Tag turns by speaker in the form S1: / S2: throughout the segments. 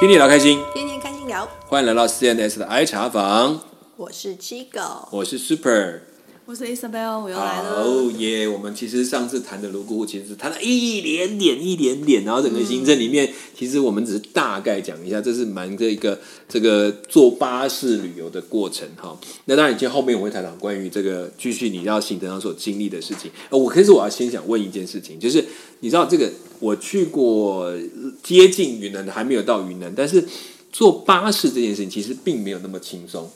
S1: 天天聊开心，
S2: 天天开心聊，
S1: 欢迎来到 CNS 的 I 茶房，
S2: 我是七狗，
S1: 我是 Super。
S2: 我是 Isabel，我又来
S1: 好
S2: 了。
S1: 耶我们其实上次谈的泸沽湖，其实谈了一点点、一点点，然后整个行政里面，
S2: 嗯
S1: 其实我们只是大概讲一下，这是蛮这一个这个坐巴士旅游的过程哈。那当然，今天后面我会谈到关于这个继续你要行程上所经历的事情。呃，我可是我要先想问一件事情，就是你知道这个我去过接近云南的，还没有到云南，但是坐巴士这件事情其实并没有那么轻松。
S2: 嗯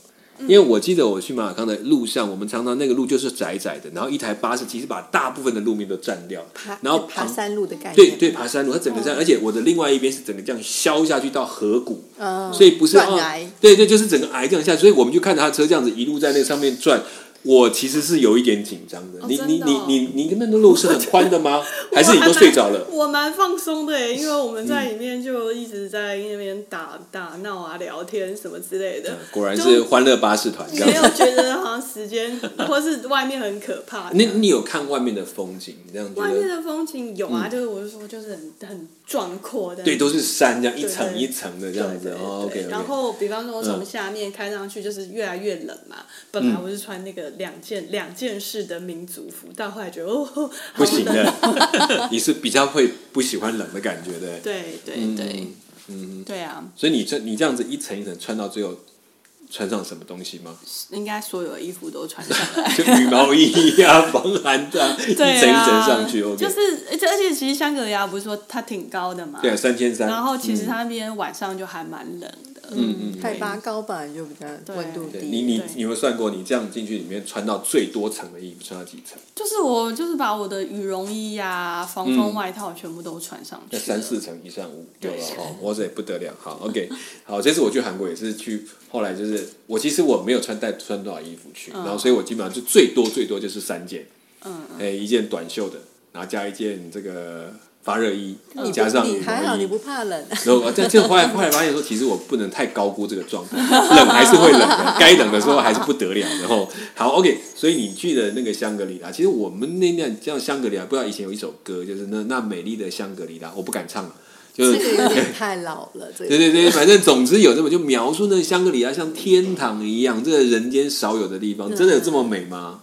S1: 因为我记得我去马尔康的路上，我们常常那个路就是窄窄的，然后一台巴士其实把大部分的路面都占掉，
S2: 爬
S1: 然后
S2: 爬
S1: 旁
S2: 山嗯路的概念，
S1: 对对，爬山路，它整个这样，而且我的另外一边是整个这样削下去到河谷，
S2: 嗯，
S1: 所以不是
S2: 断
S1: 哦
S2: 崖，
S1: 对对，就是整个崖这样下去，所以我们就看他的车这样子一路在那上面转。我其实是有一点紧张的，
S3: 哦
S1: 你
S3: 真
S1: 你
S3: 的
S1: 你
S3: 哦
S1: 你你那个路是很宽的 吗？还是你都睡着了？ 嗯
S3: 我蛮放松的耶，因为我们在里面就一直在那边打打闹啊、聊天什么之类的，
S1: 嗯果然是欢乐巴士团这样
S3: 没
S1: 子。
S3: 有觉得好像时间或是外面很可怕。
S1: 那 你有看外面的风景？你这样觉
S3: 外面
S1: 得？
S3: 的风景有啊，就是我就说就是很很壮阔的，
S1: 嗯对，都是山这样一
S3: 对
S1: 层一层的这
S3: 对
S1: 样子。
S3: 对
S1: 哦
S3: 对
S1: ，OK OK。
S3: 然后比方说
S1: 嗯
S3: 从下面开上去就是越来越冷嘛，本来我是穿那个两件两件式的民族服，到后来觉得哦， 好
S1: 不行
S3: 冷。
S1: 的， 你是比较会不喜欢冷的感觉的。
S3: 对对
S1: 嗯
S3: 对，
S1: 嗯，
S3: 对啊。
S1: 所以你这你这样子一层一层穿到最后，穿上什么东西吗？
S3: 应该所有衣服都穿上了。
S1: 就羽毛衣啊、防寒的 啊，一层一
S3: 对
S1: 层
S3: 啊，
S1: 上去。OK，
S3: 就是而且而且其实香格里拉不是说它挺高的嘛，
S1: 对啊，三千三。
S3: 然后其实
S1: 嗯
S3: 它那边晚上就还蛮冷的，
S1: 嗯嗯嗯
S2: 海拔高本来就比较
S3: 对
S2: 温度
S1: 对
S2: 低，
S1: 你你
S3: 对
S1: 你有没有算过，你这样进去里面穿到最多层的衣服，穿到几层？
S3: 就是我就是把我的羽绒衣呀、防风外套全部都穿上去
S1: 那
S3: 了，
S1: 三四层以上五有了
S3: 对
S1: 哦，哇塞，不得了！好，OK，好，这次我去韩国也是去，后来就是我其实我没有穿带穿多少衣服去，然后所以我基本上就最多最多就是三件，
S3: 嗯，
S1: 哎，一件短袖的，然后加一件这个发热衣
S2: 你，
S3: 嗯
S1: 加上
S2: 你
S1: 羽
S2: 还好，
S1: 毛
S2: 你
S1: 衣。
S2: 不怕冷，
S1: 然后我这这后来后来发现说，其实我不能太高估这个状态，冷还是会冷的，该冷的时候还是不得了的吼。好，OK，所以你去的那个香格里拉，其实我们那那叫香格里拉，不知道以前有一首歌，就是那那美丽的香格里拉，我不敢唱了，就
S2: 这
S1: 是
S2: 个有点太老了，这
S1: 对
S2: 个
S1: 对对，反正总之有这么就描述那个香格里拉像天堂一样，这个人间少有的地方，真的有这么美吗？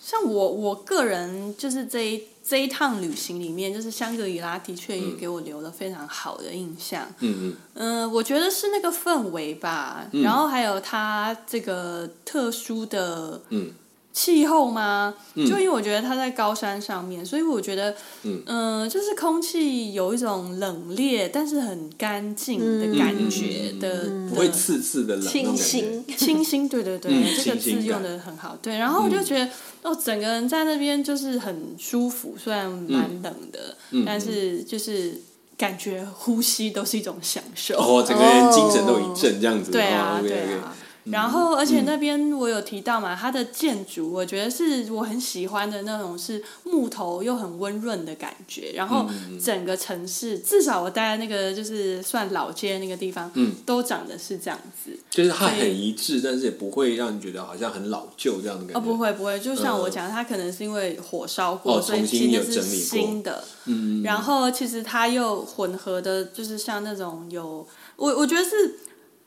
S3: 像我我个人就是这一这一趟旅行里面，就是香格里拉的确也给我留了非常好的印象。
S1: 嗯嗯，
S3: 嗯、我觉得是那个氛围吧，然后还有它这个特殊的
S1: 嗯
S3: 气候吗？就因为我觉得它在高山上面，所以我觉得
S1: 嗯
S3: 嗯、呃就是空气有一种冷冽，但是很干净的感
S1: 嗯
S3: 觉
S1: 嗯嗯嗯嗯
S3: 的、
S1: 不会
S3: 的
S1: 刺刺的冷那种
S2: 清
S1: 感觉
S2: 新。，
S3: 清新，对对对，
S1: 嗯
S3: 这个
S1: 清新
S3: 字
S1: 感
S3: 用的很好。对，然后我就觉得、哦，整个人在那边就是很舒服，虽然蛮
S1: 嗯
S3: 冷的，但是就是感觉呼吸都是一种享受。
S1: 哦，整个人精神都一振这样子。
S3: 对啊
S1: 哦，，OK，OK
S3: 对啊。然后，而且那边我有提到嘛，它的建筑我觉得是我很喜欢的那种，是木头又很温润的感觉。然后整个城市，至少我待在那个就是算老街那个地方，
S1: 嗯
S3: 都长得是这样子。
S1: 就是它
S3: 所
S1: 很
S3: 以
S1: 一致，但是也不会让你觉得好像很老旧这样的感觉。
S3: 哦，不会不会，就像我
S1: 嗯
S3: 讲，它可能是因为火烧
S1: 哦
S3: 过，所以
S1: 重新
S3: 其
S1: 有
S3: 实
S1: 整
S3: 是
S1: 理过
S3: 新的。
S1: 嗯，嗯，嗯
S3: 然后其实它又混合的，就是像那种有我我觉得是，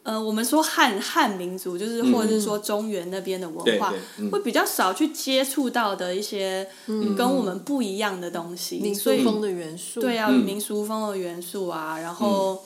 S3: 呃，我们说汉汉民族，就是或者是说中原那边的
S1: 嗯对
S3: 文化
S1: 对，，嗯
S3: 会比较少去接触到的一些跟我们不一样的东西，
S2: 嗯民
S3: 所
S2: 族
S3: 以
S2: 风的元素，
S3: 对啊，
S1: 嗯
S3: 民俗风的元素啊，然后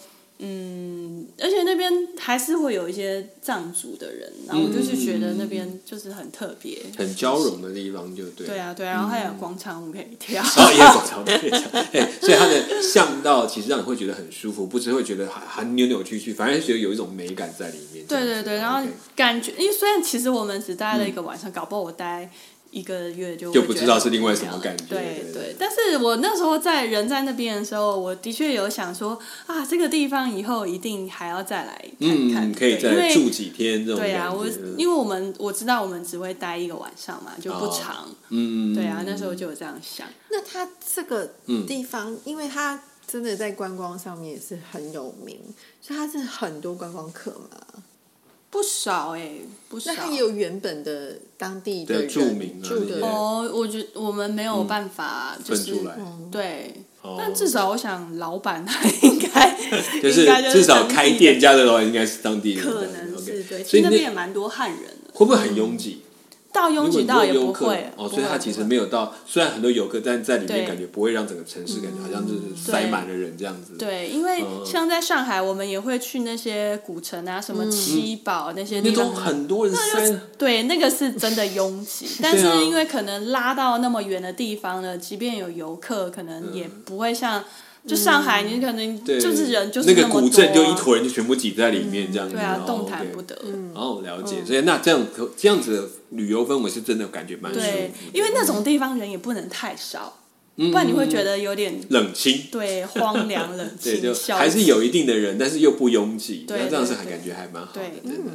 S3: 嗯而且那边还是会有一些藏族的人，然后我
S1: 嗯
S3: 就是觉得那边就是很特别，
S1: 很交融的地方就对。
S3: 对啊，对啊，然后还有广场舞可以跳，
S1: 然后也有广场舞可以跳，哎，所以它的巷道其实让你会觉得很舒服，不是会觉得还还扭扭曲曲，反而觉得有一种美感在里面。
S3: 对
S1: 这
S3: 对嗯
S1: 样子
S3: 对，然后
S1: OK
S3: 感觉，因为虽然其实我们只待了一个晚上，搞不好我待一个月就
S1: 就
S3: 就
S1: 不知道是另外什么感觉
S3: 对
S1: 对对
S3: 对，但是我那时候在人在那边的时候，我的确有想说啊，这个地方以后一定还要再来看看，
S1: 嗯，可以
S3: 对因
S1: 再
S3: 为
S1: 住几天这种感
S3: 对
S1: 觉。
S3: 啊，我
S1: 嗯
S3: 因为我们我知道我们只会待一个晚上嘛，就不
S1: 哦
S3: 长。
S1: 嗯，
S3: 对啊，那时候就有这样想。
S2: 那它这个地方，因为它真的在观光上面也是很有名，所以它是很多观光客嘛。
S3: 不少哎、不少
S2: 那。它也有原本的当地的
S1: 对
S2: 人
S1: 著名啊
S2: 住
S1: 那
S2: 的
S1: 些
S2: 人
S3: 哦，我觉我们没有办法，就
S1: 嗯分
S3: 是
S1: 出来。
S3: 对，
S1: 哦
S3: 但至少我想，老板他 应该
S1: 就是
S3: 应该就
S1: 至
S3: 当
S1: 少
S3: 地
S1: 开
S3: 的
S1: 店家的老板应该是当地人，
S3: 可能
S1: 这样
S3: 是
S1: 子，OK
S3: 对，其
S1: 所
S3: 实
S1: 以那
S3: 那边也蛮多汉人的，
S1: 会不会很拥挤？
S3: 到拥挤到也
S1: 如
S3: 不
S1: 果很多游
S3: 会
S1: 客哦，
S3: 不
S1: 所以
S3: 会
S1: 它其实
S3: 不会
S1: 没有到，虽然很多游客，但在里面
S3: 对嗯
S1: 感觉不会让整个城市感觉好像就是塞满了人这样子。
S3: 对，因为
S1: 嗯
S3: 像在上海，我们也会去那些古城啊，什么七宝那些
S1: 那
S3: 地
S1: 种
S3: 方。
S1: 很多人塞，
S3: 对，那个是真的 拥挤，但
S1: 啊
S3: 是因为可能拉到那么远的地方了，即便有游客，可能也不会像就上海，你可能
S1: 嗯对，
S3: 就是人就
S1: 那
S3: 是么
S1: 个
S3: 多啊
S1: 古镇就一坨人就全部挤在里面这样子，
S3: 对
S1: 然
S3: 啊，
S1: 后
S3: 动弹
S1: OK
S3: 不得。嗯
S1: 哦，了解。所以那这样这样子的旅游氛围是真的感觉蛮舒服
S3: 对
S1: 的，，
S3: 因为那种地方人也不能太少，
S1: 嗯
S3: 不然你会觉得有点
S1: 冷清。
S3: 对荒凉冷
S1: 对，
S3: 清
S1: 就，
S3: 消
S1: 还是
S3: 极
S1: 有一定的人，但是又不拥挤，
S3: 对
S1: 那这样是
S3: 对
S1: 还
S3: 对
S1: 感觉还蛮好的，
S3: 对
S1: 真的。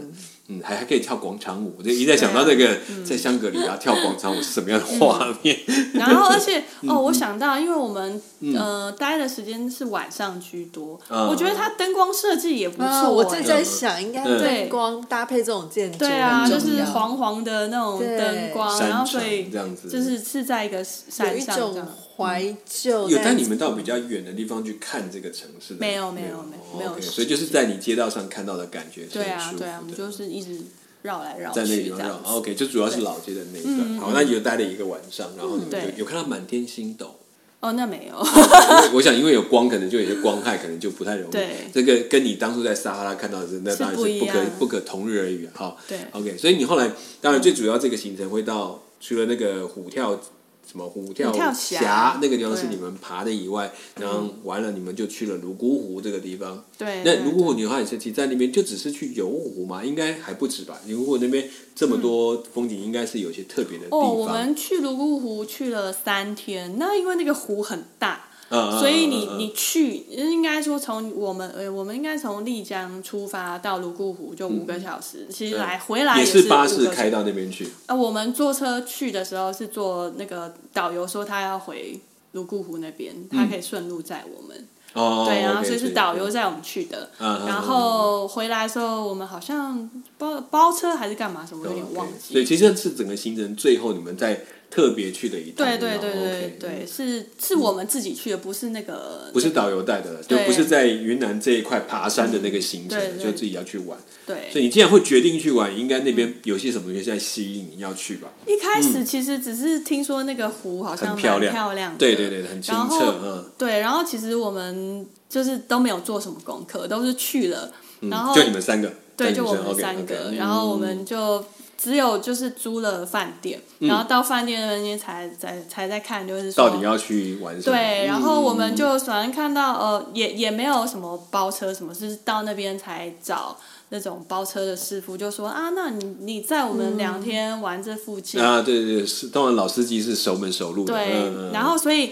S1: 嗯，还还可以跳广场舞，就一再想到
S3: 对
S1: 那
S3: 啊嗯
S1: 个在香格里拉跳广场舞是什么样的画面，
S3: 然后，而且
S1: 嗯
S3: 哦，我想到，因为我们呃待的时间是晚上居多，
S1: 嗯
S3: 我觉得它灯光设计也不
S2: 啊，
S3: 错。
S2: 我正
S3: 哎
S2: 在想，应该灯光搭配这种建筑，
S3: 对啊，
S2: 很
S3: 就
S2: 重
S3: 是
S2: 要
S3: 黄黄的那种
S2: 对
S3: 灯光，
S1: 山
S3: 然后所
S1: 城
S3: 以
S1: 这样子
S3: 就是是在一个
S2: 有
S3: 山
S2: 一
S3: 上这
S2: 种
S3: 样。
S2: 怀旧。
S1: 有带
S2: 但
S1: 你们到比较远的地方去看这个城市的？
S3: 哦没有没有没
S1: 哦
S3: 没有
S1: OK，
S3: 实
S1: 所以就是在你街道上看到的感觉是
S3: 对
S1: 很
S3: 啊
S1: 舒服的。
S3: 对啊，我们就是一直绕来绕
S1: 在那个
S3: 去
S1: 地
S3: 这
S1: 方绕
S3: 样。子。嗯
S1: OK，就主要是老街的那一段。好，那你就待了一个晚上，然后你们
S3: 对
S1: 就有看到满天星斗。
S3: 哦，那没有，
S1: 因为我想，因为有光，可能就有些光害，可能就不太容易
S3: 对。
S1: 这个跟你当初在撒哈拉看到的是，那
S3: 是
S1: 当然
S3: 不
S1: 是
S3: 一
S1: 不可
S3: 样
S1: 不可同日而语啊哈。
S3: 对嗯
S1: ，OK，所以你后来当然最主要这个行程会到，除了那个虎跳什么虎跳
S3: 虎跳
S1: 峡
S3: 峡
S1: 那个地方是你
S3: 对嗯
S1: 们爬的以外，然后完了你们就去了泸沽湖这个地方。
S3: 对。
S1: 那
S3: 对
S1: 泸沽湖你的话，你是其实在那边就只是去游湖嘛？应该还不止吧？泸沽湖那边这么多风景，应该是有些特别的地方。
S3: 嗯哦，我们去泸沽湖去了三天，那因为那个湖很大，
S1: 嗯，嗯
S3: 所以
S1: 嗯
S3: 你
S1: 嗯
S3: 你去应该说从我们呃，我们应该从丽江出发到泸沽湖就五个小时，其实来回来
S1: 嗯也
S3: 是
S1: 是巴
S3: 五
S1: 士
S3: 个小时
S1: 开到那边去。
S3: 呃，我们坐车去的时候是坐那个导游说他要回泸沽湖那边，他可以顺路载我们。
S1: 哦，
S3: 对，然后
S1: OK，
S3: 所以是导游
S1: 对
S3: 载我们去的。
S1: 嗯嗯
S3: 然后回来的时候，我们好像包包车还是干嘛什么，我有点忘记。
S1: 对，其实是整个行程最后你们再特别去的一趟。
S3: 对对
S1: 然后
S3: 对对
S1: OK，嗯
S3: 对，是是我们自己去的，不是那个
S1: 不是导游带的了，就
S3: 对
S1: 不是在云南这一块爬山的那个行程
S3: 对，对
S1: 就自己要去玩。
S3: 对。嗯
S1: 所以你既然会决定去玩，应该那边有些什么东西在吸引你要去吧？
S3: 一开始其实只是听说那个湖好
S1: 嗯很
S3: 像蛮
S1: 漂
S3: 漂
S1: 亮
S3: 亮的，
S1: 对对对，很清
S3: 然
S1: 澈，
S3: 后
S1: 嗯，
S3: 对，然后其实我们就是都没有做什么功课，都是去了，然
S1: 嗯
S3: 后
S1: 就你们三个，
S3: 对，
S1: 带
S3: 就
S1: 女
S3: 我
S1: 生
S3: 们
S1: OK，
S3: 三
S1: OK，
S3: 个，
S1: 嗯嗯
S3: 然后我们就只有就是租了饭店，然后到饭店那边才才才在看，就是说
S1: 到底要去玩什么？
S3: 对，然后
S1: 嗯
S3: 我们就反正看到呃，也也没有什么包车什么，是到那边才找那种包车的师傅，就说啊，那你你在我们
S1: 嗯
S3: 两天玩这附近，
S1: 啊，对对对是，当然老司机是熟门熟路的。
S3: 对
S1: 嗯，嗯
S3: 然后所以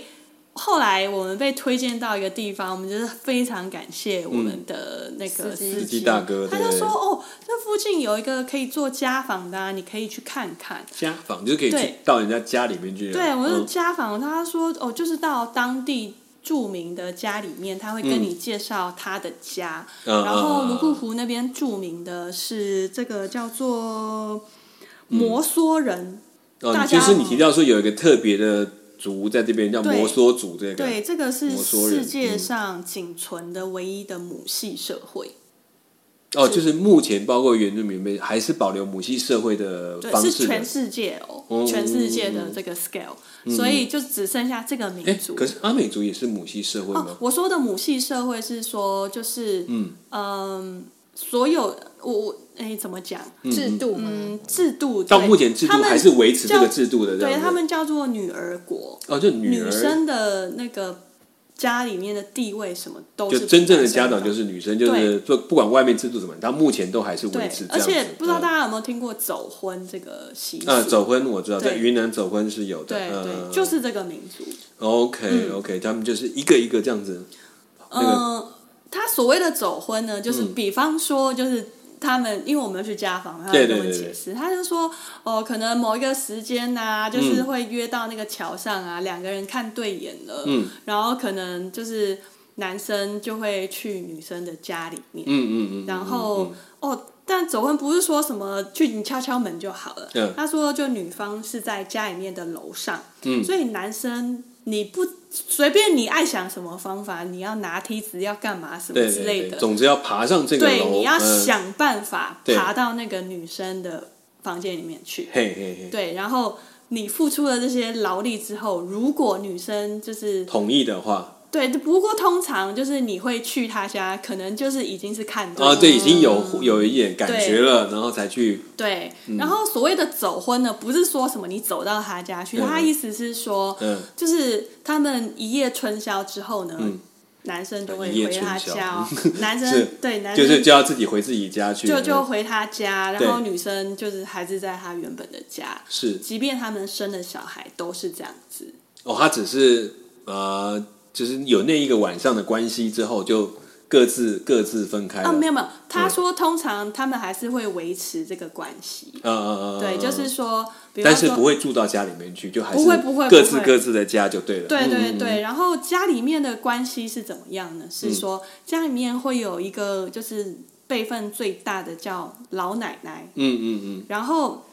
S3: 后来我们被推荐到一个地方，我们就是非常感谢我们的那
S2: 司
S3: 个
S2: 机
S3: 司
S1: 嗯司机大哥
S3: 他
S1: 对
S3: 就说哦，这附近有一个可以做家访的、啊，你可以去看看。
S1: 家访就是可以去
S3: 对
S1: 到人家家里面去。
S3: 对，我
S1: 嗯
S3: 就家访，他说哦，就是到当地。著名的家里面，他会跟你介绍他的家。
S1: 嗯
S3: 然后泸沽
S1: 嗯嗯
S3: 湖那边著名的是这个叫做摩梭人，
S1: 哦，
S3: 大
S1: 就
S3: 家
S1: 是你提到说有一个特别的族在这边叫
S3: 对
S1: 摩梭族，这个
S3: 对，这个是
S1: 摩梭人
S3: 世界
S1: 嗯
S3: 上仅存的唯一的母系社会。
S1: 哦，就是目前包括原住民们还是保留母系社会的
S3: 对，
S1: 方
S3: 是
S1: 式的
S3: 全。世界哦，
S1: 哦
S3: 全世界的这个 scale，、所以就只剩下这个民
S1: 哎
S3: 族。，
S1: 可是阿美族也是母系社会
S3: 哦
S1: 吗，？
S3: 我说的母系社会是说，就是嗯所有我我哎怎么讲？
S2: 制度嘛，
S3: 嗯，制度
S1: 到
S3: 对
S1: 目前制度
S3: 他们
S1: 还是维持这个
S3: 叫
S1: 制度的，这
S3: 对
S1: 样子
S3: 他们叫做女儿国，
S1: 哦，就女
S3: 女
S1: 儿
S3: 生的那个家里面的地位什么都
S1: 就是真正的家
S3: 长
S1: 长就是女生，就是不不管外面制度怎么样，到目前都还是维
S3: 对
S1: 持，这
S3: 而
S1: 样子。
S3: 且不知道
S1: 嗯
S3: 大家有没有听过走婚这个习俗？
S1: 啊，走婚我知道，
S3: 对
S1: 在云南走婚是有的，
S3: 对
S1: 嗯
S3: 对，
S1: 嗯
S3: 就
S1: 嗯
S3: 是这嗯个民族。
S1: OK OK，他们就是一个一个这样子，那个嗯
S3: 嗯，他所谓的走婚呢，就是比方说，就是他们，因为我们去家访，他
S1: 对
S3: 会
S1: 对
S3: 跟我们
S1: 对嗯
S3: 解释，他就说，哦，可能某一个时间呐、就是会约到那个桥上啊，两个人看对眼了，
S1: 嗯
S3: 然后可能就是男生就会去女生的家里面，
S1: 嗯嗯嗯，
S3: 然
S1: 嗯
S3: 后、
S1: 嗯
S3: 哦。但走婚不是说什么去你敲敲门就好了，
S1: 嗯
S3: 他说就女方是在家里面的楼上，所以男生你不随便你爱想什么方法，你要拿梯子要干嘛什么
S1: 对
S3: 之
S1: 对
S3: 类的
S1: 对，，总之要爬上这个楼，
S3: 你要
S1: 嗯，
S3: 想办法
S1: 对
S3: 爬到那个女生的房间里面去。
S1: 嘿嘿嘿，
S3: 对，然后你付出了这些劳力之后，如果女生就是
S1: 同意的话，
S3: 对，不过通常就是你会去她家，可能就是已经是看对
S1: 啊，对，已经有有一点感觉了，然后才去，
S3: 对，
S1: 嗯
S3: 然后所谓的走婚呢，不是说什么你走到他家去，
S1: 嗯
S3: 他意思是说，
S1: 嗯
S3: 就是他们一夜春宵之后呢，
S1: 嗯
S3: 男生都会
S1: 一夜
S3: 回他
S1: 春宵
S3: 家哦， 男
S1: 是
S3: 生对男
S1: 就
S3: 生
S1: 是就要自己回自己家去，
S3: 就就
S1: 嗯
S3: 回他家，
S1: 对
S3: 然后女生就是还是在她原本的家，
S1: 是
S3: 即便他们生了小孩都是这样子。
S1: 哦，他只是呃，就是有那一个晚上的关系之后，就各自各自分开了，
S3: 啊，没
S1: 有，嗯
S3: 有没有，他说通常他们还是会维持这个关系，
S1: 嗯嗯嗯，
S3: 对，
S1: 嗯
S3: 就是说，比方
S1: 但是不
S3: 说。
S1: 会住到家里面去，就还是
S3: 不会不会
S1: 各自
S3: 不会
S1: 各自的家就对了，
S3: 对
S1: 嗯
S3: 对对，然后家里面的关系是怎么样呢？是
S1: 嗯
S3: 说家里面会有一个就是辈分最大的叫老奶奶，
S1: 嗯嗯嗯，
S3: 然后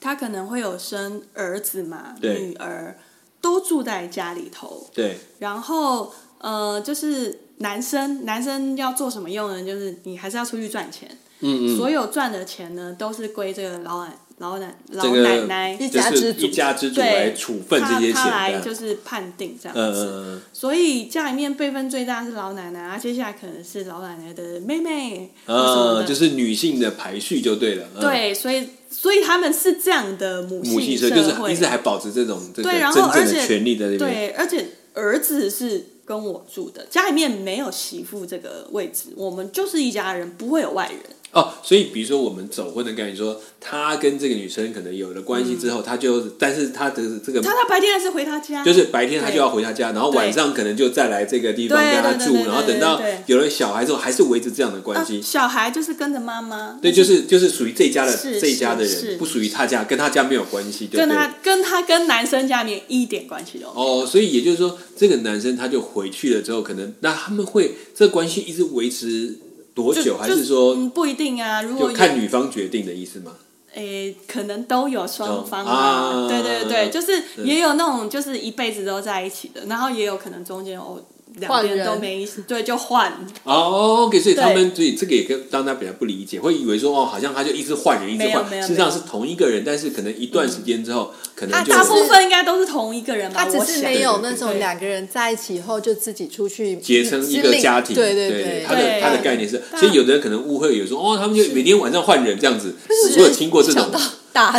S3: 她可能会有生儿子嘛、
S1: 对
S3: 女儿，都住在家里头。
S1: 对，
S3: 然后呃，就是男生男生要做什么用呢？就是你还是要出去赚钱，
S1: 嗯嗯，
S3: 所有赚的钱呢都是归这个老奶老奶老
S1: 这
S3: 奶
S1: 个
S3: 奶。
S2: 一
S1: 就
S2: 家
S1: 是
S2: 之主
S1: 一家之主
S3: 对
S1: 来处分这些
S3: 他他来
S1: 钱，
S3: 就
S1: 的，
S3: 是判定这样
S1: 嗯
S3: 子，
S1: 嗯嗯
S3: 所以家里面辈分最大是老奶奶，啊，接下来可能是老奶奶的妹妹
S1: 嗯，
S3: 或什么
S1: 呃
S3: 的
S1: 就是女性的排序就对了，嗯。
S3: 对，所以所以他们是这样的母
S1: 母系
S3: 社
S1: 社就是
S3: 会，
S1: 一直还保持这种这个
S3: 对然
S1: 真
S3: 后
S1: 正的
S3: 而且
S1: 权利在那边，
S3: 对，而且儿子是跟我住的，家里面没有媳妇这个位置，我们就是一家人，不会有外人。
S1: 哦，所以比如说我们走婚的概念，说他跟这个女生可能有了关系之
S3: 嗯
S1: 后，他就，但是他的这个
S3: 他他白天还是回他家，啊
S1: 就是白天他
S3: 对
S1: 就要回他家，然后晚上可能就再来这个地方
S3: 对
S1: 跟他
S3: 对对
S1: 住，
S3: 对对
S1: 然后等到
S3: 对对
S1: 有了小孩之后，还是维持这样的关
S3: 啊
S1: 系。
S3: 小孩就是跟着妈妈，
S1: 对，就是就是属于这一家的
S3: 是
S1: 这一家的
S3: 是
S1: 人，
S3: 是
S1: 不属于他家，跟他家没有关系，对
S3: 跟
S1: 不对？
S3: 他跟他跟男生家里面一点关系都没有。
S1: 哦，所以也就是说，这个男生他就回去了之后，可能那他们会这关系一直维持多
S3: 就
S1: 久，还是
S3: 就
S1: 说
S3: 嗯不一定啊？如
S1: 就
S3: 果有
S1: 看女方决定的意思吗？
S3: 诶，可能都有双方
S1: 哦啊
S3: 对对对，就是
S1: 对
S3: 也有那种就是一辈子都在一起的，然后也有可能中间哦两
S2: 换
S3: 边
S2: 人
S3: 都没意思，对，就换，
S1: 哦，OK，所以
S3: 对
S1: 他们所以这个也跟让大家比较不理解，会以为说哦，好像他就一直换人，一直
S3: 没有
S1: 换，
S3: 没有
S1: 事实上
S3: 没
S1: 是
S3: 有
S1: 同一个人，但是可能一段时间之后，可能
S2: 啊
S1: 就
S2: 他
S3: 大部分应该都是同一个人吧？
S2: 他只
S3: 我
S2: 是
S3: 想
S2: 没有
S1: 对对
S2: 那
S1: 对
S2: 种
S3: 对
S2: 两个人在一起以后就自己出去
S1: 结成一个家庭，
S2: 对
S1: 对
S2: 对
S1: 他的
S3: 对
S1: 他的概念是，
S3: 但
S1: 所以有的人可能误会，有说哦，他们就每天晚上换人这样子，我有听过这种
S2: 想，到 大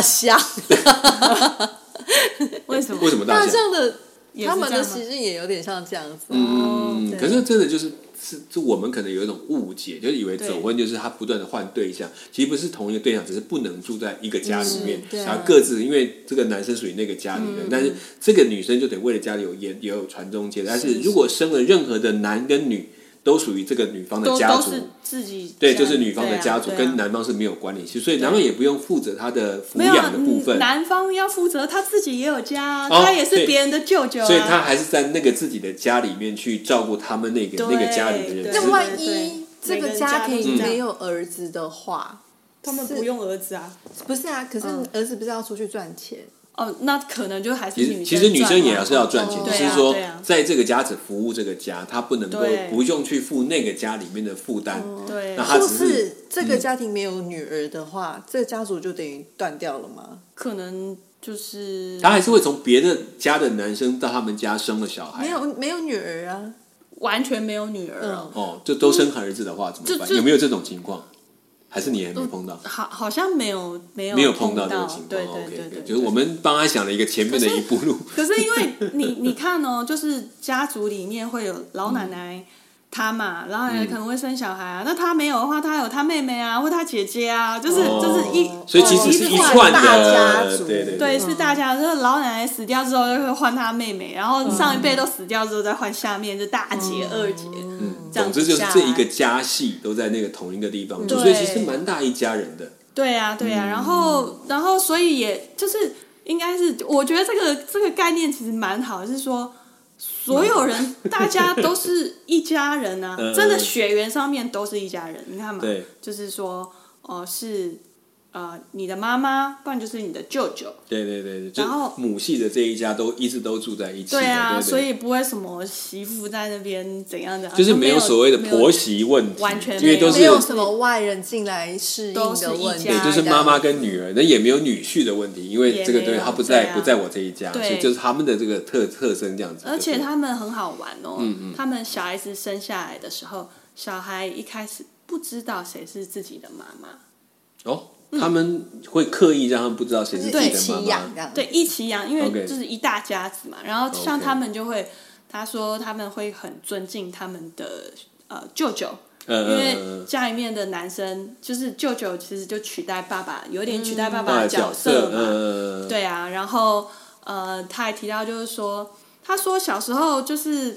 S2: 象，
S3: 为什么？
S1: 为什么大
S2: 大
S1: 象？
S2: 象的
S3: 也是
S2: 他们
S3: 这
S2: 的
S3: 样吗
S2: 习性也有点像这样子。啊
S1: 嗯，
S3: 对
S1: 可是真的就是是，就我们可能有一种误解，就是以为
S3: 对
S1: 走婚就是他不断的换对象，其实不是同一个对象，只是不能住在一个家里面
S2: 嗯，对啊
S1: 然后各自因为这个男生属于那个家里
S3: 嗯
S1: 面，但是这个女生就得为了家里有也也有传宗接代，但是如果生了任何的男跟女，都属于这个女方的
S3: 都
S1: 家
S3: 都
S1: 族。
S3: 是自己
S1: 对，
S3: 家
S1: 就是女方的
S3: 对啊
S1: 家族
S3: 对啊
S1: 跟男方是没有关联系，所以
S3: 对啊
S1: 男方也不用负责他的抚
S3: 没有啊
S1: 养的部分
S3: 嗯，男方要负责，他自己也有家啊，
S1: 哦
S3: 他也
S1: 对
S3: 是别人的舅舅啊，
S1: 所以他还是在那个自己的家里面去照顾他们那个那个家里的人。
S3: 对
S1: 只
S2: 那
S1: 是
S2: 万
S3: 对对
S2: 一
S3: 对
S2: 这个
S3: 每个人
S2: 家
S3: 家都是
S2: 庭
S3: 这样
S2: 没有儿子的话，
S3: 他们不用儿子啊。
S2: 不是啊？可是
S3: 嗯
S2: 儿子不是要出去赚钱？
S3: 哦，那可能就还是
S1: 其
S3: 女
S1: 实
S3: 生
S1: 其实女生
S3: 赚
S1: 也
S3: 嘛
S1: 还是要赚钱，
S2: 哦
S1: 只
S2: 对
S1: 是
S2: 啊
S1: 说
S3: 对啊
S1: 在这个家只服务这个家，她不能够
S3: 对嗯
S1: 不用去负那个家里面的负担。
S3: 对啊
S1: 那，她
S2: 就
S1: 只是
S2: 是这
S3: 嗯
S2: 个家庭没有女儿的话，这个家族就等于断掉了吗？
S3: 可能就是
S1: 她还是会从别的家的男生到他们家生了小孩
S3: 哎
S2: 没。有没有女儿啊？
S3: 完全没有女儿了。
S2: 嗯
S1: 哦，就都生儿子的话怎么
S3: 就
S1: 办？
S3: 就
S1: 有没有这种情况？还是你还没碰到？
S3: 好，好像没有没有
S1: 没有
S3: 碰
S1: 碰到这个情
S3: 对
S1: 况
S3: 对对
S1: ，OK，
S3: 对，
S1: 就是我们帮她想了一个前面的一步路，
S3: 可是因为你你看哦，就是家族里面会有老
S1: 嗯
S3: 奶奶。她嘛，老奶奶可能会生小孩啊，那她没有的话，她有她妹妹啊，或她姐姐啊，就是、
S1: 哦
S3: 就是一，
S1: 所以其实
S3: 一
S1: 是一
S3: 块
S1: 串
S2: 大家
S1: 的，
S2: 族
S1: 对对
S3: 对，
S1: 对，
S3: 是大家，就是老奶奶死掉之后就会换她妹妹，然后上一辈都死掉之后再换下面，就大姐、二姐，
S1: 嗯
S3: 这
S1: 总
S3: 样子
S1: 之就是
S3: 下来
S1: 这一个家系都在那个同一个地方住，
S3: 对
S1: 所以其实蛮大一家人的。
S3: 对呀、对
S1: 嗯
S3: 呀、然后，然后，所以也就是应该是，我觉得这个这个概念其实蛮好的，是说所有人大家都是一家人啊
S1: 嗯，
S3: 真的血缘上面都是一家人。你看嘛，
S1: 对，
S3: 就是说，哦、是呃你的妈妈，不然就是你的舅舅。
S1: 对对对，就
S3: 然后
S1: 母系的这一家都一直都住在一起的，
S3: 对啊，
S1: 对
S3: 所以不会什么媳妇在那边怎样怎样，
S1: 就是
S3: 没
S1: 有所谓的婆
S3: 媳。
S1: 媳问题，
S3: 完全
S1: 因为都
S3: 就是
S2: 没有什么外人进来适应
S3: 都是
S2: 的
S3: 一
S2: 问题，啊
S3: 家
S1: 对，就是妈妈跟女儿，那也没有女婿的问题，因为
S3: 也
S1: 这个
S3: 没
S1: 对
S3: 有
S1: 他不在、
S3: 对啊
S1: 不在我这一家，所
S3: 对
S1: 以就是他们的这个特特征这样子。
S3: 而且
S1: 对嗯
S3: 他们很好玩哦，他们小孩子生下来的时候，小孩一开始不知道谁是自己的妈妈，
S1: 哦，他们会刻意让他们不知道谁是自
S2: 就是
S1: 己
S2: 一
S1: 的
S2: 起
S1: 妈妈
S2: 养这。样。
S3: 对，一起养，因
S1: 嗯 OK
S3: 为就是一大家子嘛。然后
S1: OK
S3: 像他们就会，他说他们会很尊敬他们的呃舅舅，
S1: 嗯
S3: 因
S1: 嗯
S3: 为
S1: 嗯嗯，
S3: 家里面的男生就是舅舅，其实就取代爸爸，有点取代爸
S1: 爸
S3: 爸
S1: 的
S3: 的
S1: 角
S3: 色
S1: 嗯嗯，
S3: 嘛。
S1: 嗯嗯
S3: 对啊，然后呃，他还提到就是说，他说小时候就是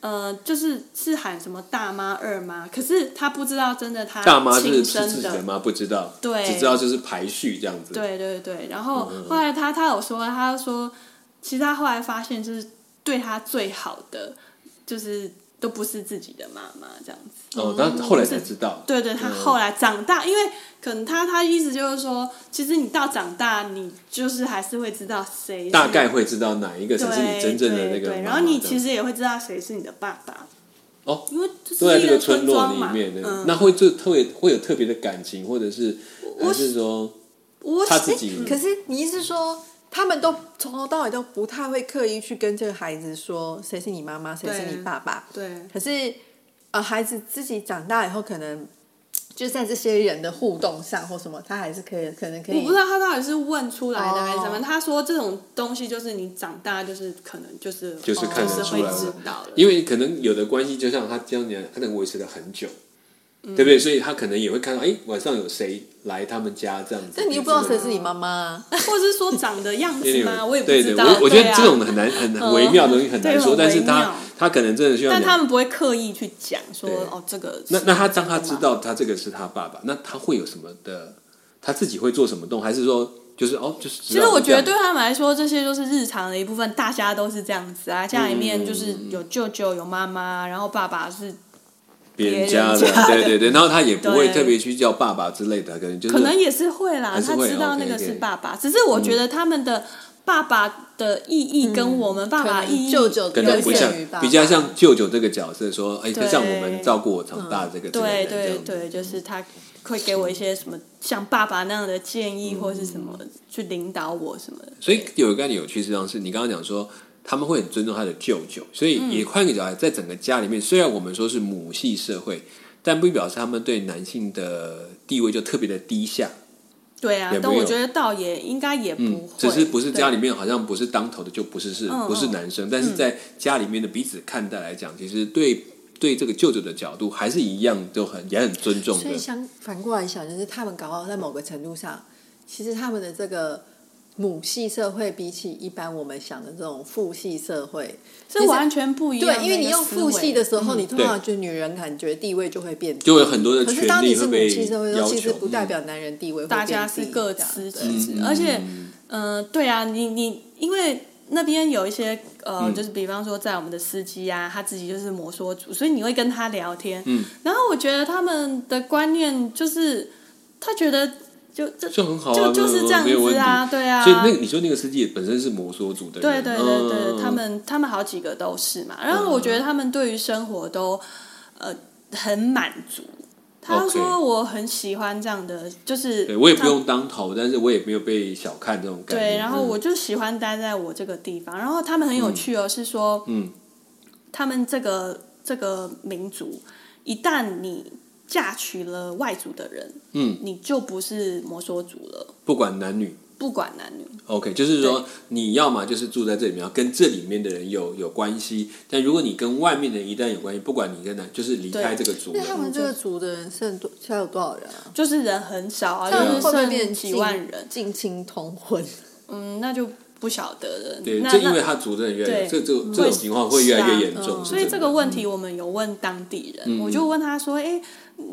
S3: 呃，就是是喊什么大妈、二妈，可是他不知道真的他
S1: 大妈是
S3: 亲
S1: 是自
S3: 生
S1: 己的吗？不知道，
S3: 对
S1: 只知道就是嗯排序这样子。
S3: 对对对，然后后来他他有说，他说其实他后来发现，就是对他最好的，就是都不是自己的妈妈这样子。
S1: 哦，那后来才知道，
S3: 对对，他后来长大，因为可能他他意思就是说，其实你到长大，你就是还是会知道谁是
S1: 大概会知道哪一个才
S3: 对
S1: 是你真正的那
S3: 对
S1: 个妈妈这样子。
S3: 对，然后你其实也会知道谁是你的爸爸，
S1: 哦，
S3: 因为这
S1: 都在这
S3: 是一
S1: 个
S3: 村
S1: 村落
S3: 庄
S1: 里
S3: 嘛。
S1: 面，对
S3: 嗯，
S1: 那会就特别会有特别的感情，或者是还是说
S3: 我哎
S1: 他自己
S2: 可是你意思是说，他们都从头到尾都不太会刻意去跟这个孩子说谁是你妈妈，谁是
S3: 对
S2: 你爸爸。
S1: 嗯
S3: 对
S2: 可是呃，孩子自己长大以后，可能就在这些人的互动上或什么，他还是可以，可能可
S3: 我
S2: 以
S3: 不知。道他到底是问出来的
S2: 哦
S3: 还是什么。他说这种东西就是你长大就是可能就是
S1: 就是
S3: 哦
S1: 看
S2: 得
S3: 就是
S2: 出
S3: 会
S2: 来
S3: 知
S1: 了
S3: 道了。
S1: 因为可能有的关系，就像他这样讲，他能维持了很久，
S3: 嗯
S1: 对不对？所以他可能也会看到，哎，晚上有谁来他们家这样子。
S2: 但你又不知道谁是你妈妈，
S3: 或者是说长的样
S1: 因为
S3: 子
S1: 有
S3: 吗？我也不
S1: 对
S3: 知
S1: 对，
S3: 道。
S1: 我我觉
S3: 对
S1: 得
S3: 啊
S1: 这种很难很很微妙的东西很难
S3: 对
S1: 说，
S3: 很
S1: 但是
S3: 微
S1: 他
S3: 妙
S1: 他可能真的需要
S3: 但
S1: 两
S3: 他们不会刻意去讲说
S1: 对
S3: 哦这个是
S1: 那
S3: 真的妈妈。
S1: 那他当他知道他这个是他爸爸，那他会有什么的？他自己会做什么动？还是说就是哦，就是
S3: 其实我觉得对他们来说，这些就是日常的一部分，大家都是这样子啊。家里面就是
S1: 嗯
S3: 有舅舅、有妈妈，然后爸爸是
S1: 别人
S3: 人
S1: 家的，
S3: 家
S1: 对对对，然后他也不会
S3: 对
S1: 特别去叫爸爸之类的，可能就是
S3: 可能也是会啦
S1: 还，是
S3: 他
S1: 会嗯
S3: 知道那
S1: OK，OK
S3: 个是爸爸。只是我觉得他们的爸爸的意义跟我们爸
S2: 可
S3: 爸
S2: 能
S3: 意义
S2: 舅舅
S1: 嗯可能不像
S2: 更像于爸，爸
S1: 比较像舅舅这个角色说，哎，
S3: 对
S1: 像我们照顾我长大这个这个
S3: 对
S1: 人这
S3: 对
S1: 样子。
S3: 对，就是他会给我一些什么像爸爸那样的建议，或是什么去领导我什么的。
S1: 所以有一个很有趣的地方是，你刚刚讲说他们会很尊重他的舅舅，所
S3: 嗯
S1: 以也换个角度，在整个家里面，虽然我们说是母系社会，但不表示他们对男性的地位就特别的低下。
S3: 对啊
S1: 也，
S3: 但
S1: 没
S3: 我
S1: 有
S3: 觉得倒也应该也不
S1: 嗯
S3: 会，，
S1: 只是不是
S3: 对
S1: 家里面好像不是当头的就不是是
S3: 嗯
S1: 不是男生，但是在家里面的彼此看待来讲，其实对对这个舅舅的角度还是一样，就很也很尊重
S2: 所以
S1: 的。
S2: 相反过来想，就是他们搞好在某个程度上，其实他们的这个母系社会比起一般我们想的这种父系社会，
S3: 这完全不一样的
S2: 对，
S3: 一个思维。嗯
S2: 因为你用父系的时候，你通常
S1: 对
S2: 觉得女人感觉地位就会变低，
S1: 就有很多的
S2: 可
S1: 权
S2: 是当
S1: 利
S2: 你
S1: 会
S2: 是母
S1: 被
S2: 系社会的时
S1: 要
S2: 候，其实
S1: 求，嗯
S2: 不代表男人地位会
S3: 嗯大家
S2: 变低
S3: 是各
S2: 这样
S3: 司
S2: 对
S3: 其职，啊而且，嗯、对啊，你你因为那边有一些呃，
S1: 嗯
S3: 就是比方说在我们的司机啊，他自己就是摩梭族，所以你会跟他聊天，嗯，然后我觉得他们的观念就是，他觉得就这
S1: 就很好啊，
S3: 就就是这样
S1: 没有问
S3: 子
S1: 题
S3: 啊，对啊，
S1: 所以那个你说那个司机本身是摩梭族的
S3: 对
S1: 人，
S3: 对对对，
S1: 嗯
S3: 他们他们好几个都是嘛。然后我觉得他们对于生活都呃很满足。他
S1: OK
S3: 说我很喜欢这样的，就是
S1: 对我也不
S3: 他
S1: 用当头，但是我也没有被小看这种感觉。
S3: 对，然后
S1: 嗯
S3: 我就喜欢待在我这个地方。然后他们很有趣哦，是说，
S1: 嗯，
S3: 他们这个这个民族，一旦你嫁娶了外族的人，
S1: 嗯，
S3: 你就不是摩梭族了，
S1: 不管男女
S3: 不管男女。
S1: ，OK，就是说你要么就是住在这里面，要跟这里面的人有有关系，但如果你跟外面的一旦有关系，不管你跟哪，就是离开这个族了
S2: 那。他们这个族的人剩多，现在有多少人啊？
S3: 就是人很少啊，
S2: 这样
S3: 就
S2: 会
S3: 是
S2: 不会变
S3: 剩
S2: 成
S3: 几万
S2: 近
S3: 人，
S2: 近亲通 婚？
S3: 嗯，那就不晓得了。
S1: 对，
S3: 那
S1: 这因
S3: 那
S1: 为他族真的越来越，这
S3: 对
S1: 这这种情况会越来越严重。
S2: 是啊嗯
S1: 是
S3: 所以
S1: 真的嗯
S3: 这个问题我们有问当地人，我就问他说：“哎、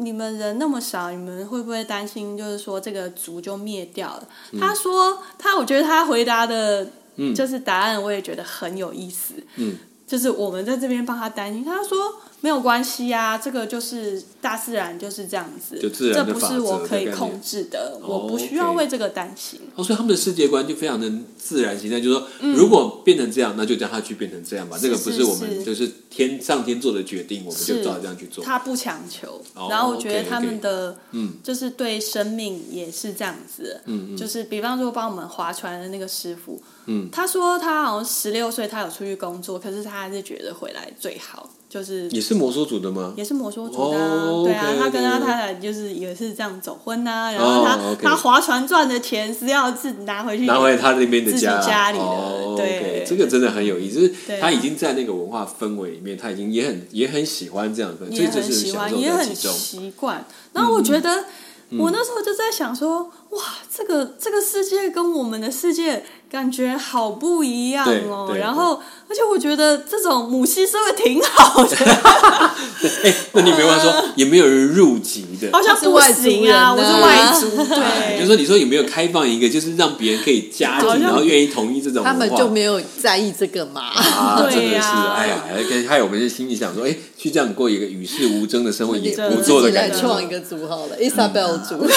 S3: 你们人那么少，你们会不会担心，就是说这个族就灭掉了？”
S1: 嗯
S3: 他说：“他我觉得他回答的，就是答案，我也觉得很有意思。
S1: 嗯
S3: 就是我们在这边帮他担心。他说没有关系啊，这个就是大自然就是这样子，
S1: 就自然
S3: 这
S1: 的
S3: 不
S1: 法
S3: 是
S1: 则
S3: 我
S1: 的
S3: 可
S1: 概
S3: 以
S1: 念
S3: 控制的，
S1: 哦
S3: 我不需要
S1: OK
S3: 为这个担心。
S1: 哦，所以他们的世界观就非常的自然形成，就是说，如果变成这样，那就让它去变成这样吧。
S3: 是
S1: 这个不
S3: 嗯是
S1: 我们
S3: 是
S1: 就是天上天做的决定，我们就是照这样去做。
S3: 他不强求，
S1: 哦
S3: 然后我觉得
S1: OK，OK
S3: 他们的
S1: 嗯
S3: 就是对生命也是这样子，
S1: 嗯嗯
S3: 就是比方说帮我们划船的那个师傅，
S1: 嗯
S3: 他说他好像十六岁他有出去工作，可是他还是觉得回来最好，就是
S1: 也是魔术组的吗？
S3: 也是魔术族的、啊，
S1: 哦
S3: 对啊
S1: OK，OK，
S3: 他跟他
S1: OK
S3: 太太就是也是这样走婚呐、啊，然后他、
S1: 哦，OK
S3: 他划船赚的钱是要自己拿 回去，
S1: 拿回他那边的
S3: 自己
S1: 家
S3: 家里的
S1: 哦、
S3: 对
S1: OK，这个真的很有意思，就
S3: 对
S1: 是
S3: 啊
S1: 他已经在那个文化氛围里面，他已经也很也很喜欢这样的氛围，
S3: 也
S1: 这就
S3: 很
S1: 是
S3: 喜
S1: 享
S3: 欢，
S1: 受
S3: 也
S1: 在
S3: 很
S1: 其中。嗯
S3: 习惯。然后我觉得，我那时候就在想说，哇，这个这个世界跟我们的世界感觉好不一样哦
S1: 对。对
S3: 然后，而且我觉得这种母系社会挺 好的，
S1: 哎，那你没话 说，也没有人入籍的。
S3: 好像不行啊，我
S2: 他
S3: 是
S2: 是
S3: 外
S2: 外
S3: 族，
S1: 哎就
S3: 对，
S1: 是说，你说有没有开放一个，就是让别人可以加入，
S3: 好像
S1: 然后愿意同意这种文化？
S2: 他们就没有在意这个 嘛。
S1: 啊，
S3: 对
S1: 真的是，
S3: 呀
S1: 哎呀，跟害我们就心里想说，哎，去这样过一个与世无争的生活也
S2: 你
S1: 不错的
S2: 自己来
S1: 感
S2: 创一
S1: 觉。
S2: 个组嗯好了 ，Isabel 组，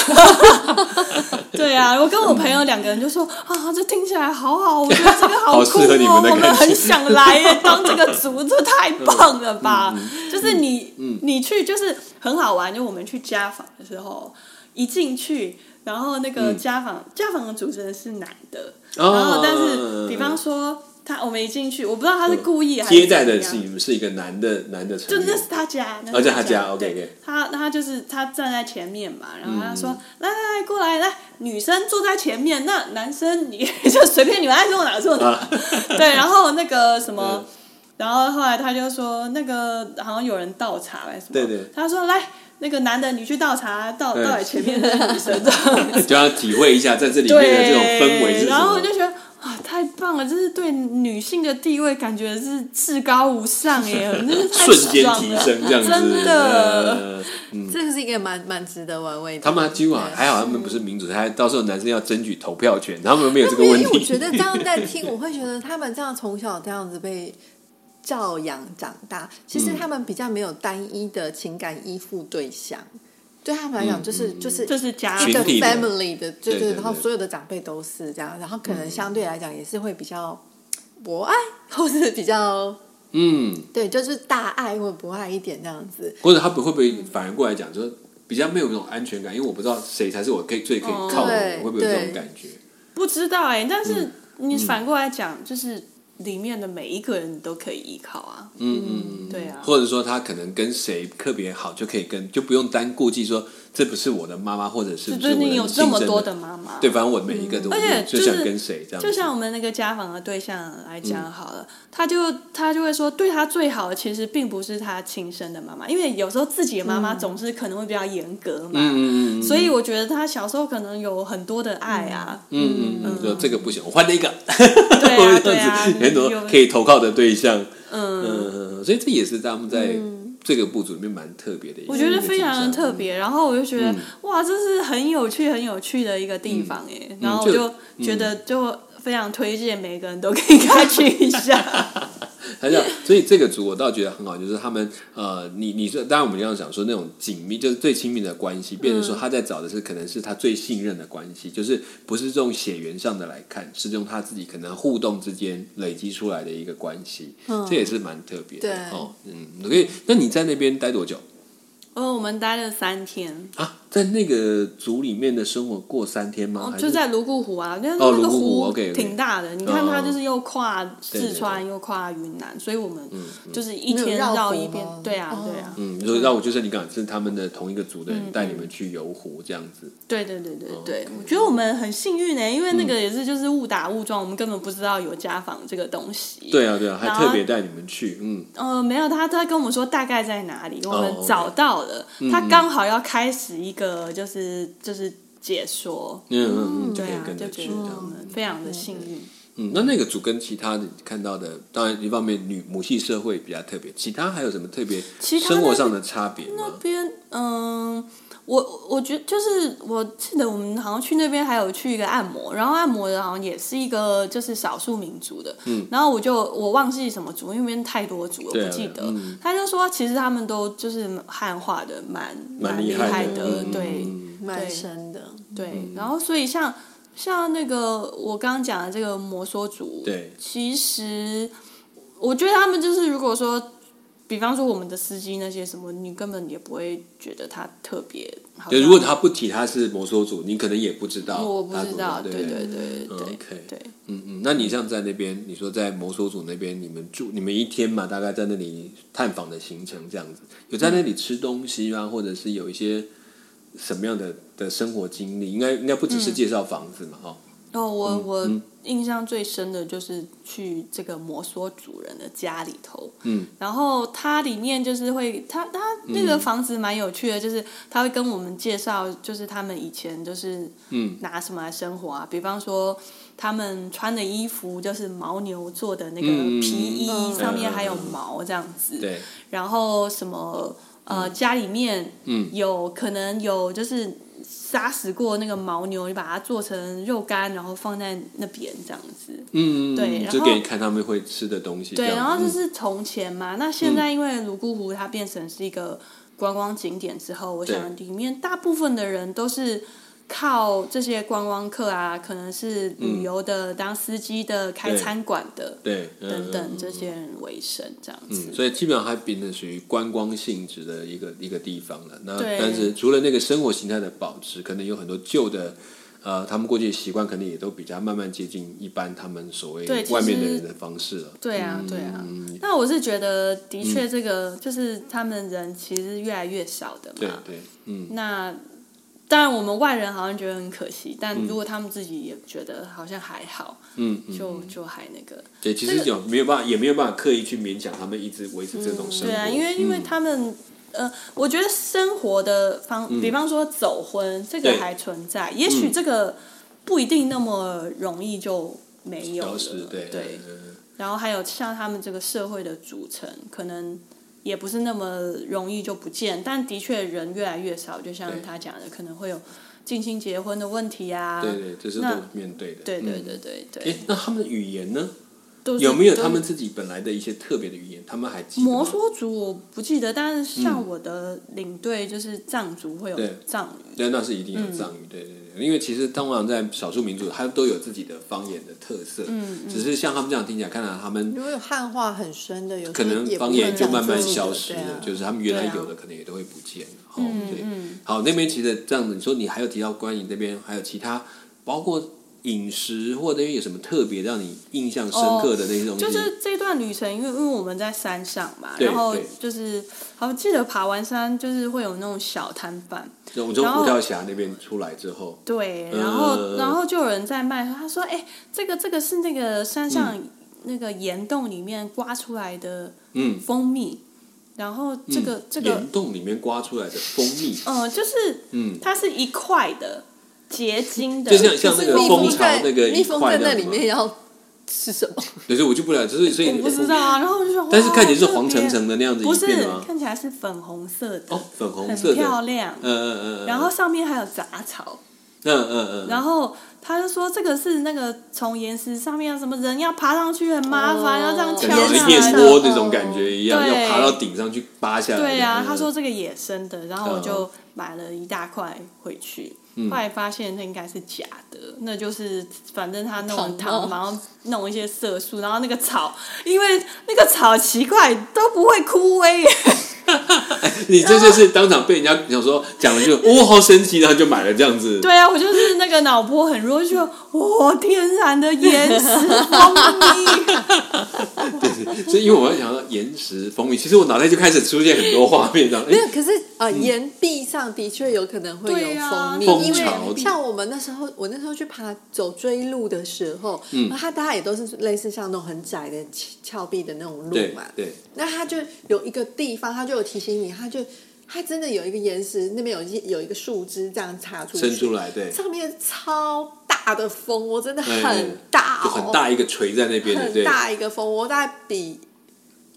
S3: 对啊。我跟我朋友两个人就说啊，这听起来好好，我觉得这个
S1: 好
S3: 酷
S1: 适合你
S3: 哦
S1: 们，的
S3: 我们
S1: 感情
S3: 很想来耶，当这个组，这太棒了
S1: 嗯
S3: 吧！就是你，你去就是很好玩，就我们去家访的时候，一进去。然后那个家访、家访的主持人是男的，
S1: 嗯哦
S3: 然后但是比方说他我们一进去，我不知道他是故意还是
S1: 接嗯待的
S3: 怎
S1: 是
S3: 么样
S1: 你们是一个男的男的成
S3: 就
S1: 员，
S3: 那是他家，那
S1: 哦
S3: 是
S1: 这是他家
S3: 对
S1: OK，OK 嗯
S3: 他他就是他站在前面嘛，然后他说、来来来过来来，女生坐在前面，那男生你 就随便你们爱坐哪坐哪，
S1: 啊
S3: 对，然后那个什么。
S1: 嗯
S3: 然后后来他就说，那个好像有人倒茶还是什么？
S1: 对对
S3: 他说来，那个男的你去倒茶，倒
S1: 嗯
S3: 倒在前面的女 生这样子
S1: 就要体会一下在这里面的
S3: 对，
S1: 这种氛围是什
S3: 然后
S1: 么
S3: 我就。觉得啊，太棒了！就是对女性的地位感觉是至高无上 耶，真是太
S1: 瞬间
S3: 爽
S1: 提
S3: 了
S1: 升，这样子，
S3: 真的
S1: 呃嗯，
S2: 这个是一个蛮蛮值得玩味的。
S1: 他们还几乎好
S2: 对
S1: 还好，他们不是民主，还到时候男生要争取投票权，他们没有这个
S2: 因
S1: 问
S2: 为我
S1: 题。
S2: 觉得这样在听，我会觉得他们这样从小这样子被教养长大，其
S1: 嗯
S2: 实他们比较没有单一的情感依附对象，对他们
S1: 嗯
S2: 来讲就是、就是
S3: 就是家
S2: 一
S1: 群
S2: 个
S1: 体的
S2: family 的，对
S1: 对对嗯
S2: 然后
S1: 对
S2: 所有的长辈都是这样，然后可能相对来讲也是会比较博爱，或是比较
S1: 嗯，
S2: 对，就是大爱或博爱一点这样子。
S1: 或者他们会不会反而过来讲，就是比较没有那种安全感，因为我不知道谁才是我可以最可以靠的
S2: 对
S3: 哦
S1: 人，会不会有这种
S2: 对
S1: 感觉？
S3: 不知道哎、但是
S1: 嗯
S3: 你反过来讲，就是里面的每一个人你都可以依靠啊。
S1: 嗯嗯嗯。
S3: 对啊，
S1: 或者说他可能跟谁特别好，就可以跟，就不用单顾忌说这不是我的妈妈，或者是
S3: 就
S1: 不
S3: 就是是
S1: 我的
S3: 你有这么
S1: 亲生
S3: 多
S1: 的
S3: 的妈妈，
S1: 对，反正我每一个都，
S3: 而且
S1: 就
S3: 就是
S1: 想跟谁这样子，
S3: 就像我们那个家访的对象来讲好
S1: 嗯
S3: 了，他就他就会说，对他最好的其实并不是他亲生的妈妈，因为有时候自己的妈妈总是可能会比较严格嘛，
S1: 嗯嗯嗯嗯
S3: 所以我觉得他小时候可能有很多的爱啊，
S1: 嗯嗯嗯，就这个不行，我换了一个，
S3: 对 啊对
S1: 这样
S3: 啊
S1: 子，，很多
S3: 有
S1: 可以投靠的对象，
S3: 嗯。
S1: 嗯，所以这也是他们在这个部组里面蛮特别的一个，
S3: 我觉
S1: 一
S3: 得
S1: 个
S3: 非
S1: 景
S3: 常
S1: 象
S3: 的特。别，然后我就觉得、
S1: 嗯
S3: 哇，这是很有趣、很有趣的一个地方哎、然后
S1: 嗯就
S3: 我就觉得就非常推荐每个人都可以过去 一下。
S1: 他这样，所以这个组我倒觉得很好，就是他们呃，你你说，当然我们这样讲说那种紧密，就是最亲密的关系，变成
S3: 嗯
S1: 说他在找的是可能是他最信任的关系，就是不是这种血缘上的来看，是用他自己可能互动之间累积出来的一个关系，
S3: 嗯
S1: 这也是蛮特别的
S2: 对
S1: 哦。嗯，所以那你在那边待多久
S3: 哦，我们待了三天，
S1: 啊？在那个组里面的生活过三天吗？
S3: 哦
S1: 还，是
S3: 就在泸沽湖啊，但是
S1: 哦泸
S3: 那个
S1: 沽湖
S3: 湖
S1: ，OK，OK
S3: 挺大的，你看它就是又跨
S1: 对
S3: 四
S1: 对
S3: 川又跨云南，所以我们就是一
S2: 没有
S3: 天
S2: 绕
S3: 绕
S2: 湖
S3: 一边
S2: 吗，
S3: 对啊
S2: 哦，
S3: 对啊，
S1: 嗯，所以让我就是你讲是他们的同一个组的
S3: 嗯
S1: 人带你们去游湖这样子。
S3: 对对对对对
S1: 哦 OK，嗯
S3: 我觉得我们很幸运呢，因为那个也是就是误打误撞，我们根本不知道有家访这个东西，
S1: 对啊，对啊，还
S3: 然后
S1: 特别带你们去，嗯，
S3: 呃，没有，他他跟我们说大概在哪里，我
S1: 哦
S3: 们
S1: ，OK 嗯
S3: 找到了。他刚好要开始一个就是就是解说，
S1: 嗯嗯嗯，就
S3: 对
S1: 可以
S3: 啊，
S1: 跟
S3: 就
S1: 着
S3: 觉
S1: 去
S3: 得
S1: 这
S3: 我
S1: 样
S3: 们非常的幸运。
S1: 嗯，那那个组跟其他的看到的，当然一方面女母系社会比较特别，其他还有什么特别
S3: 其他的
S1: 生活上的差别
S3: 那
S1: 吗？
S3: 边嗯、我我觉得就是我记得我们好像去那边还有去一个按摩，然后按摩的好像也是一个就是少数民族的，嗯、然后我就我忘记什么族，因为那边太多族了，
S1: 对啊
S3: 我不记得。
S1: 对啊嗯
S3: 他就说其实他们都就是汉化的蛮
S1: 蛮
S3: 厉
S1: 害
S3: 的，
S1: 嗯
S3: 对
S2: 蛮深的。
S3: 对。然后所以像像那个我刚刚讲的这个摩梭族，
S1: 对
S3: 其实我觉得他们就是如果说。比方说我们的司机那些什么，你根本也不会觉得他特别。好
S1: 就
S3: 像
S1: 如果他不提他是摩梭族，你可能也不知道他怎么，
S3: 我不知道，对
S1: 对不
S3: 对对
S1: 嗯
S3: 对
S1: OK
S3: 对，
S1: 嗯嗯，那你像在那边，你说在摩梭族那边，你们住你们一天嘛，大概在那里探访的行程这样子，有在那里吃东西吗？或者是有一些什么样的的生活经历？应该应该不只是介绍房子嘛，哈、
S3: 哦，
S1: 嗯
S3: 我我印象最深的就是去这个摩梭主人的家里头，
S1: 嗯，
S3: 然后它里面就是会，它它那个房子蛮有趣的，就是他会跟我们介绍，就是他们以前就是
S1: 嗯
S3: 拿什么来生活啊，比方说他们穿的衣服就是牦牛做的那个
S1: 嗯
S3: 皮衣，
S2: 嗯
S3: 上面
S1: 嗯
S3: 还有
S1: 嗯嗯
S3: 毛这样子，
S1: 对，
S3: 然后什么呃，家里面
S1: 嗯
S3: 有可能有就是杀死过那个牦牛，你把它做成肉干，然后放在那边这样子。
S1: 嗯，
S3: 对然后
S1: 就给你看他们会吃的东西这
S3: 对，
S1: 样子，
S3: 然
S1: 嗯
S3: 后就是从前嘛，那现在因为泸沽湖它变成是一个观光景点之后，我
S1: 对
S3: 想里面大部分的人都是。靠这些观光客啊，可能是旅游的、当司机的、开
S1: 嗯对
S3: 餐馆的
S1: 对
S3: 等等
S1: 嗯
S3: 这。
S1: 嗯嗯
S3: 些人为生，这样子。
S1: 嗯，所以基本上它变成属于观光性质的一个一个地方了。那
S3: 对
S1: 但是除了那个生活形态的保持，可能有很多旧的，呃，他们过去的习惯，可能也都比较慢慢接近一般他们所谓
S3: 对其实
S1: 外面的人的方式了。嗯
S3: 对啊，对啊。那我是觉得，的确，这个就是他们人其实越来越少的
S1: 对
S3: 嘛。
S1: 对，嗯，
S3: 那当然，我们外人好像觉得很可惜，但如果他们自己也觉得好像还好，
S1: 嗯嗯，
S3: 就就还那个。
S1: 对，其实有没有办法，也没有办法刻意去勉强他们一直维持这种生活。
S3: 对啊，因为因为他们。呃，我觉得生活的方，比方说走婚，这个
S1: 嗯对嗯
S3: 还存在，也许这个不一定那么容易就没有
S1: 消
S3: 了
S1: 失，。对
S3: 对，
S1: 嗯
S3: 然后还有像他们这个社会的组成，可能也不是那么容易就不见，但的确人越来越少，就像
S1: 对
S3: 他讲的，可能会有近亲结婚的问题啊，
S1: 呃对对，这是都
S3: 那
S1: 面对的。
S3: 对对对
S1: 嗯。
S3: 对对
S1: 哎，那他们的语言呢？
S3: 都是
S1: 有没有
S3: 都
S1: 他们自己本来的一些特别的语言？他们还记得吗
S3: 摩梭族我不记得，但是像我的领队就是藏族会有
S1: 对
S3: 藏语，
S1: 对，那是一定有藏语，对对对，因为其实通常在少数民族，它都有自己的方言的特色，嗯，只是像他们这样听起来，看来他们
S2: 如果有汉化很深的，有时候
S1: 可能
S2: 也不
S1: 方
S2: 会
S1: 言就
S2: 讲
S1: 慢慢
S2: 自己的
S1: 消失
S2: 对
S1: 了
S2: 啊，
S1: 就是他们原来有的可能也都会不见，哦，
S3: 嗯
S1: 对，好，那边其实这样子，你说你还有提到关于那边还有其他，包括饮食或者有什么特别让你印象深刻的那些东西，
S3: 就是这段旅程，因为因为我们在山上嘛，
S1: 对
S3: 然后
S1: 对
S3: 就是好记得爬完山就是会有那种小摊贩，
S1: 我们从
S3: 然后
S1: 虎跳峡那边出来之后，
S3: 对，
S1: 嗯
S3: 然后、然后就有人在卖，他说：“哎、这个这个是那个山上那个岩洞里面刮出来的
S1: 嗯，
S3: 蜂蜜，然后这个、这个
S1: 岩洞里面刮出来的蜂蜜，
S3: 嗯、呃就是
S1: 嗯。
S3: 它是一块的结晶的，
S1: 就像像那
S2: 是
S1: 个
S2: 蜜
S1: 蜂
S2: 蜂
S1: 巢
S2: 在
S1: 那个一
S2: 蜜蜂
S1: 块那
S2: 在那
S1: 样嗯
S2: 里
S1: 吗
S2: 面要吃什么？
S1: 对，所以我就不了解，所以所以
S3: 我不知道啊。”然后我就说：“
S1: 但是
S3: 哇
S1: 看起来是
S3: 特别
S1: 黄澄澄的那样子
S3: 啊不
S1: 一
S3: 是
S1: 片吗？
S3: 看起来是粉红色的，
S1: 哦，粉红
S3: 很
S1: 色的，
S3: 漂亮。
S1: 嗯嗯嗯嗯，
S3: 然后上面还有杂草，
S1: 嗯嗯嗯，
S3: 然后他就说这个是那个从岩石上面啊什么人要爬上去很麻烦，
S2: 哦
S3: 要这样
S1: 感觉
S3: 敲
S1: 好像
S3: 下
S2: 天
S1: 燕
S3: 来
S2: 上
S3: 的。哦
S1: 窝那种感觉一样，
S3: 对
S1: 要爬到顶上去扒下来。
S3: 对呀、
S1: 嗯
S3: 他说这个野生的，然后我
S1: 嗯
S3: 就买了一大块回去。后来发现那应该是假的，那就是反正他弄
S2: 糖
S3: 糖，
S2: 哦
S3: 然后弄一些色素，然后那个草，因为 那个草奇怪都不会枯 萎，
S1: 你这就是当场被人家想说讲了就哦好神奇，然后就买了这样子。
S3: 对啊，我就是那个脑波很弱，就哇、天然的岩石蜂 蜜，
S1: 所以因为我要想到岩石蜂蜜，其实我脑袋就开始出现很多画面，这样
S2: 没
S1: 哎
S2: 有，可是呃，岩壁上的确有可能会
S3: 对
S2: 有
S3: 啊
S2: 蜂蜜，
S1: 蜂
S2: 因
S1: 巢
S2: 为像我们那时候，我那时候去爬走追路的时候，
S1: 嗯
S2: 那它大家也都是类似像那种很窄的峭壁的那种路
S1: 对
S2: 嘛，
S1: 对，
S2: 那它就有一个地方，它就有提醒你，它就它真的有一个岩石那边有一有一个树枝这样插出去，
S1: 伸出来对，
S2: 上面超大的风，我真的
S1: 对
S2: 很大、哦，
S1: 就很大一个锤在那边的，
S2: 很
S1: 对，
S2: 大一个蜂窝，大概比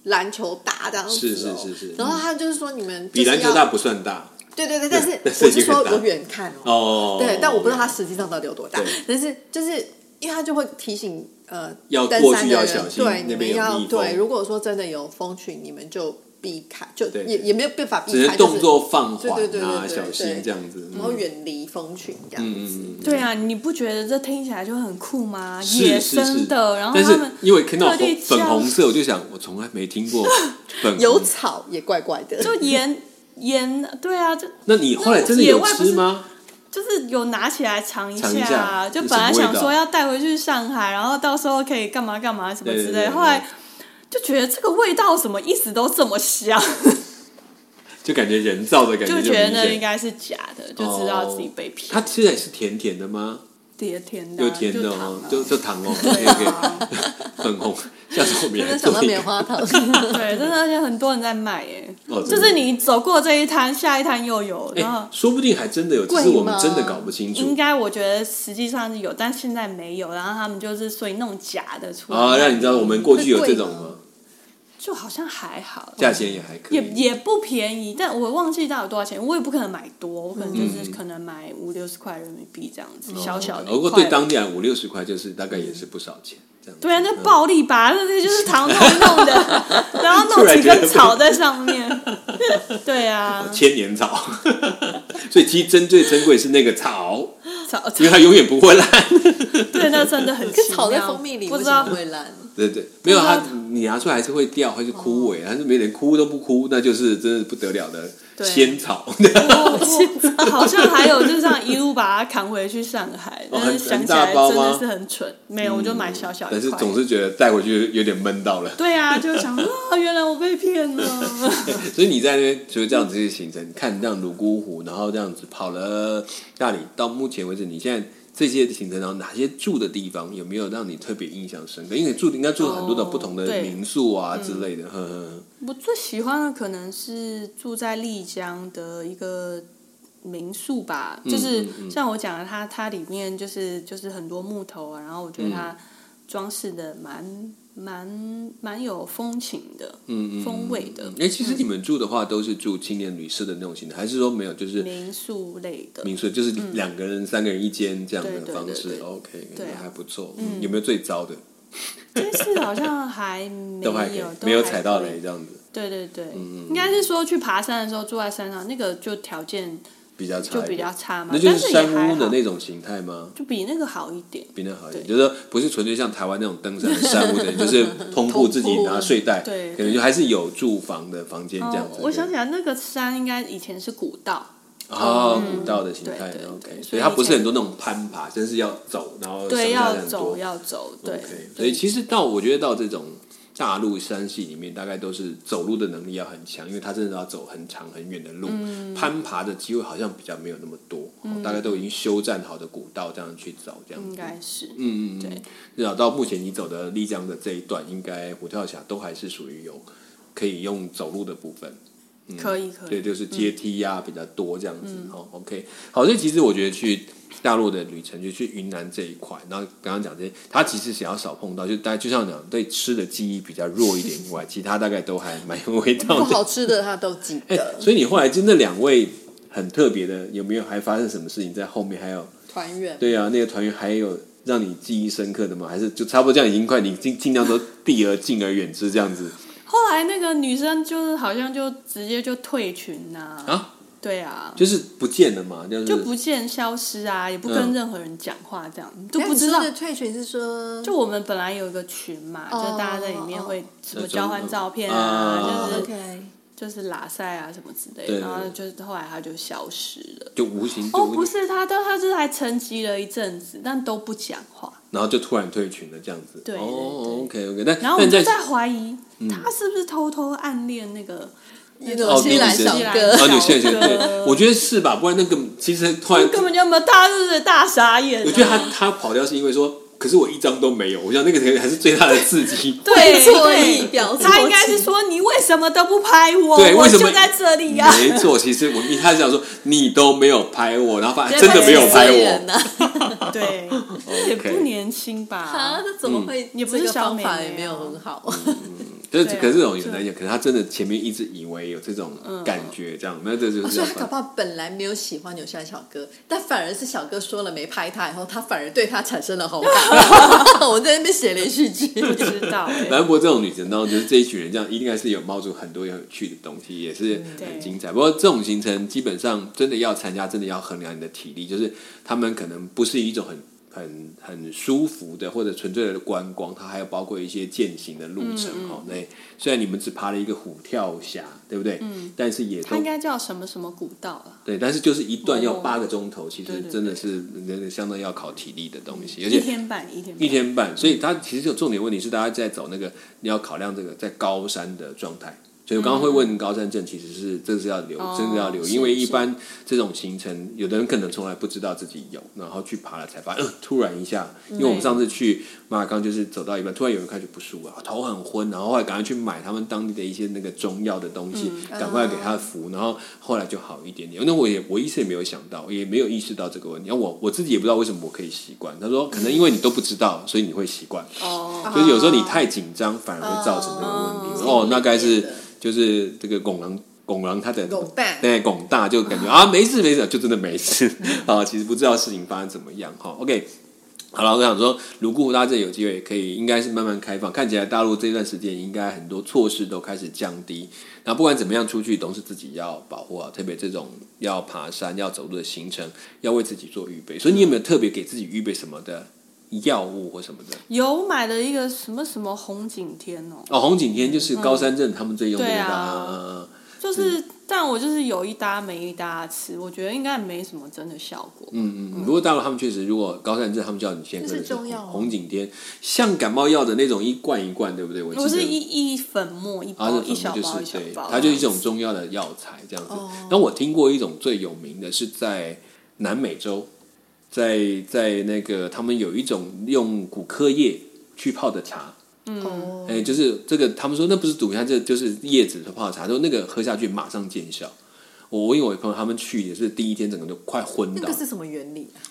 S2: 篮球大这样子、哦。
S1: 是是是是
S2: 然后他就是说你们
S1: 比
S2: 就是
S1: 篮球
S2: 要
S1: 大不算大，
S2: 对对对，但 是
S1: 但是
S2: 我是
S1: 已经很
S2: 说
S1: 大
S2: 我远看哦，
S1: 哦，
S2: 对，但我不知道它实际上到底有多大
S1: 对，
S2: 但是就是因为它就会提醒呃
S1: 要
S2: 登
S1: 过
S2: 山
S1: 去
S2: 的
S1: 要
S2: 人
S1: 小心
S2: 对，
S1: 那
S2: 你们
S1: 边有
S2: 要
S1: 蜜
S2: 对，
S1: 蜂
S2: 如果说真的有蜂群，你们就避开，就
S1: 对
S2: 也也没有办法避
S1: 只
S2: 开，
S1: 是
S2: 就是
S1: 动作放缓
S2: 对对对对
S1: 啊，
S2: 对
S1: 小心
S2: 对
S1: 这样子。
S2: 然后远离蜂群这样子。
S1: 嗯，
S3: 对啊，你不觉得这听起来就很酷吗？
S1: 是
S3: 野
S1: 是是
S3: 生的，然后
S1: 但
S3: 他
S1: 是
S3: 们
S1: 因为看到
S3: 特地
S1: 红粉
S3: 叫
S1: 红色，我就想我从来没听过 粉红
S2: 有草也怪怪的，
S3: 就盐盐，对啊，就
S1: 那你后来真的
S3: 野
S1: 有
S3: 外不
S1: 吃
S3: 是
S1: 吗？
S3: 就是有拿起来尝一
S1: 尝一
S3: 下
S1: 下
S3: 啊，就
S1: 有
S3: 本来
S1: 什么味
S3: 想
S1: 道
S3: 说要带回去上海，然后到时候可以干嘛干嘛什么
S1: 对对
S3: 之类
S1: 对
S3: 的，后来就觉得这个味道怎么一直都这么 香，
S1: 就感觉人造的感
S3: 就
S1: 就哦
S3: 觉得
S1: 明
S3: 那
S1: 显
S3: 应该是假的，就知道自己被骗
S1: 它。吃起来是甜甜的吗？
S3: 叠天的啊，
S1: 有甜的
S3: 就糖
S1: 哦
S3: 啊，
S1: 就就糖哦，
S3: 对
S1: 可以可
S3: 啊，
S1: 以粉红。下次我们
S2: 真
S1: 也
S2: 的想
S1: 做
S2: 到
S1: 一
S2: 棉
S1: 个
S2: 花 糖，
S3: 对，真的，而且很多人在卖耶，
S1: 哦，真
S3: 就
S1: 的
S3: 是你走过这一摊，下一摊又有，然后
S1: 哎，说不定还真的有，只
S2: 贵
S1: 是我们
S2: 吗
S1: 真的搞不清
S3: 应
S1: 楚
S3: 该我觉得实际上是有，但现在没有，然后他们就是所以弄假的出来，
S1: 啊。让你知道我们过去有这种
S2: 会贵
S1: 吗？
S3: 就好像还好，
S1: 价钱也还可
S3: 也
S1: 以，
S3: 也不便宜，但我忘记到底多少钱，我也不可能买多，我可能就是
S1: 嗯
S3: 可能买五六十块人民币这样子，小小的一块。
S1: 呃不过对当地啊来五六十块，就是大概也是不少钱，这样子。
S3: 对啊，那
S1: 嗯
S3: 暴力吧，那那就是糖弄一 弄的，然后弄几根草在上面。对啊，
S1: 千年草， 所以其实珍最珍贵是那个草，
S3: 草
S1: 因为它永远不会烂。
S3: 对，那真的很
S2: 可
S3: 奇
S2: 是
S3: 妙。
S2: 草在蜂蜜里
S3: 不
S2: 为
S3: 知
S2: 什
S3: 道
S2: 么会烂？
S1: 对对，没有
S3: 不知道
S1: 它，你拿出来还是会掉，还是枯萎，还是没人哭都不哭，那就是真的不得了的
S3: 对
S1: 仙草。
S3: 哦好像还有就这样一路把它扛回去上海，
S1: 哦
S3: 但
S1: 很
S3: 是想
S1: 很
S3: 起
S1: 大
S3: 来
S1: 包
S3: 真
S1: 吗嗯
S3: 的是很蠢。没有，我就买小小一块。
S1: 但是总是觉得带回去有点闷到了，
S3: 对啊，就想啊，原来我被骗了。
S1: 所以你在那边就这样子去行程，你看这样泸沽湖，然后这样子跑了大理，到目前为止，你现在这些行程，然后哪些住的地方有没有让你特别印象深刻？因为你住应该住了很多的
S3: 哦
S1: 不同的
S3: 对
S1: 民宿啊之类的，呵呵呵。
S3: 我最喜欢的可能是住在丽江的一个民宿吧，就是
S1: 嗯嗯
S3: 像我讲的，它它里面就是就是很多木头啊，然后我觉得它
S1: 嗯
S3: 装饰的蛮蛮蛮有风情的，
S1: 嗯嗯
S3: 风味的
S1: 嗯哎、其实你们住的话都是住青年旅社的那种型的，还是说没有就是
S3: 民宿类的。
S1: 民宿，就是两个人、三个人一间这样的
S3: 对对
S1: 方式
S3: 对对
S1: o k
S3: 对啊
S1: 那还不错、有没有最糟的？
S3: 这次好像还没
S1: 都还可以
S3: 有，，
S1: 没有踩到
S3: 雷
S1: 雷。嗯这样子，
S3: 对对对，应该是说去爬山的时候住在山上，那个就条件
S1: 比较差
S3: 就
S1: 一点
S3: 比较差嘛，
S1: 那就
S3: 但
S1: 是
S3: 也
S1: 山
S3: 还
S1: 屋的
S3: 好，
S1: 那种形态吗？
S3: 就比那个好一点。
S1: 比那好一点，就
S3: 对
S1: 是说不是纯粹像台湾那种登山的山屋的， 就是通铺自己拿睡袋，
S3: 对
S1: 可能就还是有住房的房间这样子。
S3: 哦我想起来，那个山应该以前是古道，
S1: 哦，古道的形态
S3: 嗯对对对
S1: ，OK，所
S3: 所
S1: 以
S3: 以
S1: 它不是
S3: 以前
S1: 很多那种攀爬，真是要走，然后
S3: 对，
S1: 上下
S3: 要
S1: 这样
S3: 走
S1: 多
S3: 要走，对
S1: OK，，所
S3: 对
S1: 以其实到我觉得到这种大陆山系里面，大概都是走路的能力要很强，因为他真的要走很长很远的路，
S3: 嗯
S1: 攀爬的机会好像比较没有那么多，哦大概都已经修栈好的古道这样去走，这样
S3: 应
S1: 子。
S3: 该是，
S1: 嗯嗯嗯
S3: 对，
S1: 至少到目前你走的丽江的这一段，应该虎跳峡都还是属于有可以用走路的部分。
S3: 可以可
S1: 嗯对，
S3: 以，
S1: 就是
S2: 嗯
S1: 阶梯呀、比较多这样子。哦，OK，好，所以其实我觉得去大陆的旅程，就去云南这一块，然后刚刚讲这些，他其实想要少碰到，就大家就像讲对吃的记忆比较弱一点以 外，其他大概都还蛮有味
S2: 不
S1: 道的。
S2: 好吃的他都记
S1: 哎、
S2: 得。
S1: 所以你后来就那两位很特别的，有没有还发生什么事情在后面？还有
S2: 团圆
S1: 对啊，那个团员还有让你记忆深刻的吗？还是就差不多这样，已经快你尽尽量都避而敬而远之这样子
S3: 后来那个女生就是好像就直接就退群呐、
S1: 啊？
S3: 对啊，
S1: 就是不见了嘛，就是
S3: 就不见消失啊，也不
S1: 嗯
S3: 跟任何人讲话，这样、就
S2: 那
S3: 不
S2: 哎你
S3: 知
S2: 说
S3: 道
S2: 的。退群是说，
S3: 就我们本来有一个群嘛，
S2: 哦
S3: 就大家在里面会什
S1: 那种
S3: 么交换照片
S1: 啊
S3: 啊，就是
S2: OK，
S3: 就是拉塞啊什么之类
S1: 对
S3: 的，然后就是后来他就消失了。
S1: 就无形
S3: 哦，
S1: 中
S3: 不是他，但他是还沉寂了一阵子，但都不讲话。
S1: 然后就突然退群了，这样子。
S3: 对对
S1: 哦，OK OK，但
S3: 然后我
S1: 但
S3: 们就
S1: 在
S3: 在怀疑
S1: 嗯
S3: 他是不是偷偷暗恋那个
S2: 那
S1: 哦
S2: 种新来小
S1: 那个
S2: 哥
S3: 是，
S1: 啊，女性
S3: 小哥
S1: 对，我觉得是吧？不然那个其实突然，
S3: 根本就没有，大家就是大傻眼啊。
S1: 我觉得他他跑掉是因为说，可是我一张都没有，我想那个可能还是最大的刺 激。
S3: 对
S2: 错意
S3: 对，
S2: 表
S3: 他应该是说你为什么都不拍我？
S1: 对为
S3: 我
S1: 什么
S3: 就在这里啊呀、
S1: 没错，其实我一开始想说你都没有拍我，然后发现
S2: 哎
S3: 对
S1: 真的没有拍
S2: 所以
S1: 我
S2: 人。啊，
S1: 嗯
S3: 对，也不年轻吧？
S2: 啊，这怎么会？
S3: 也不是
S2: 这个
S3: 小
S2: 方
S3: 妹妹
S2: 法
S3: 啊
S2: 也没有很好，
S1: 可是
S3: 对啊
S1: 可是这种有
S3: 这
S1: 人来讲，可是他真的前面一直以为有这种感觉，这样，那这就
S2: 哦
S1: 是
S2: 所
S1: 要
S2: 以他搞不好本来没有喜欢纽西兰小哥，但反而是小哥说了没拍他以后，他反而对他产生了 好感。我在那边写连续 剧，
S3: 不知道、欸。
S1: 兰博这种旅程当中，就是这一群人这样，一定还是有冒出很多有趣的东西，也是很精彩。不过这种行程基本上真的要参加，真的要衡量你的体力，就是他们可能不是一种很。很很舒服的，或者纯粹的观光，它还有包括一些践行的路
S2: 嗯
S1: 程哦。那、虽然你们只爬了一个虎跳峡，对不对？嗯、但是也
S3: 它
S1: 都
S3: 应该叫什么什么古道啊？
S1: 对，但是就是一段要
S3: 哦
S1: 八个钟头，其
S3: 对
S1: 实
S3: 对嗯
S1: 真的是真的相当要考体力的东西，而
S3: 一
S1: 且
S3: 天半，一天半。
S1: 一天半，所以它其实有重点问题是大家在走那个你要考量这个在高山的状态。所以我刚刚会问高山症，其实是这是要留，
S3: 嗯哦
S1: 真的要留，
S3: 是
S1: 因为一
S3: 是
S1: 般这种行程，有的人可能从来不知道自己有，然后去爬了才发现，呃，突然一下，因为我们上次去马尔康就是走到一半，突然有人开始不舒服，啊头很昏，然后后来赶快去买他们当地的一些那个中药的东西，赶快给他服，然后后来就好一点点。那我也我一次也没有想到，也没有意识到这个问题，然后我我自己也不知道为什么我可以习惯。他说可能因为你都不知道，所以你会习惯。
S3: 哦，
S1: 就是有时候你太紧张，反而会造成这个问题。哦，那该是就是这个拱狼拱狼他的
S2: 拱大
S1: 对拱大就感觉啊没事没事，就真的没事
S3: 嗯
S1: 啊。其实不知道事情发生怎么样哈。OK，好了，我想说，泸沽湖大家真的有机会可以，应该是慢慢开放。看起来大陆这段时间应该很多措施都开始降低。那不管怎么样，出去都是自己要保护啊好，特别这种要爬山、要走路的行程，要为自己做预备。所以你有没有特别给自己预备什么的药物或什么的？
S3: 有买了一个什么什么红景天哦，
S1: 哦，红景天就是高山镇他们最用的那
S3: 对
S1: 个
S3: 啊
S1: 啊，
S3: 就是，但我就是有一搭没一搭吃，我觉得应该没什么真的效果。
S1: 嗯嗯嗯。如果大陆他们确实，如果高山镇他们叫你先喝的
S2: 这是中
S3: 啊
S2: 药吗
S1: 红景天，像感冒药的那种一罐一罐，对不对？我记
S3: 我
S1: 得
S3: 是一一粉末一
S1: 啊，
S3: 包
S1: 那
S3: 一小
S1: 反正
S3: 包一
S1: 就是
S3: 小
S1: 对，
S3: 包，
S1: 它就是一种中药的药材这样子
S2: 哦。
S1: 那我听过一种最有名的是在南美洲，在在那个他们有一种用骨科叶去泡的茶。
S2: 哦
S1: 哎、，就是这个，他们说那不是毒，它这就是叶子的泡茶，说那个喝下去马上见效。我我有我朋友他们去也是第一天，整个就快昏
S2: 那
S1: 倒
S2: 个。是什么原理啊？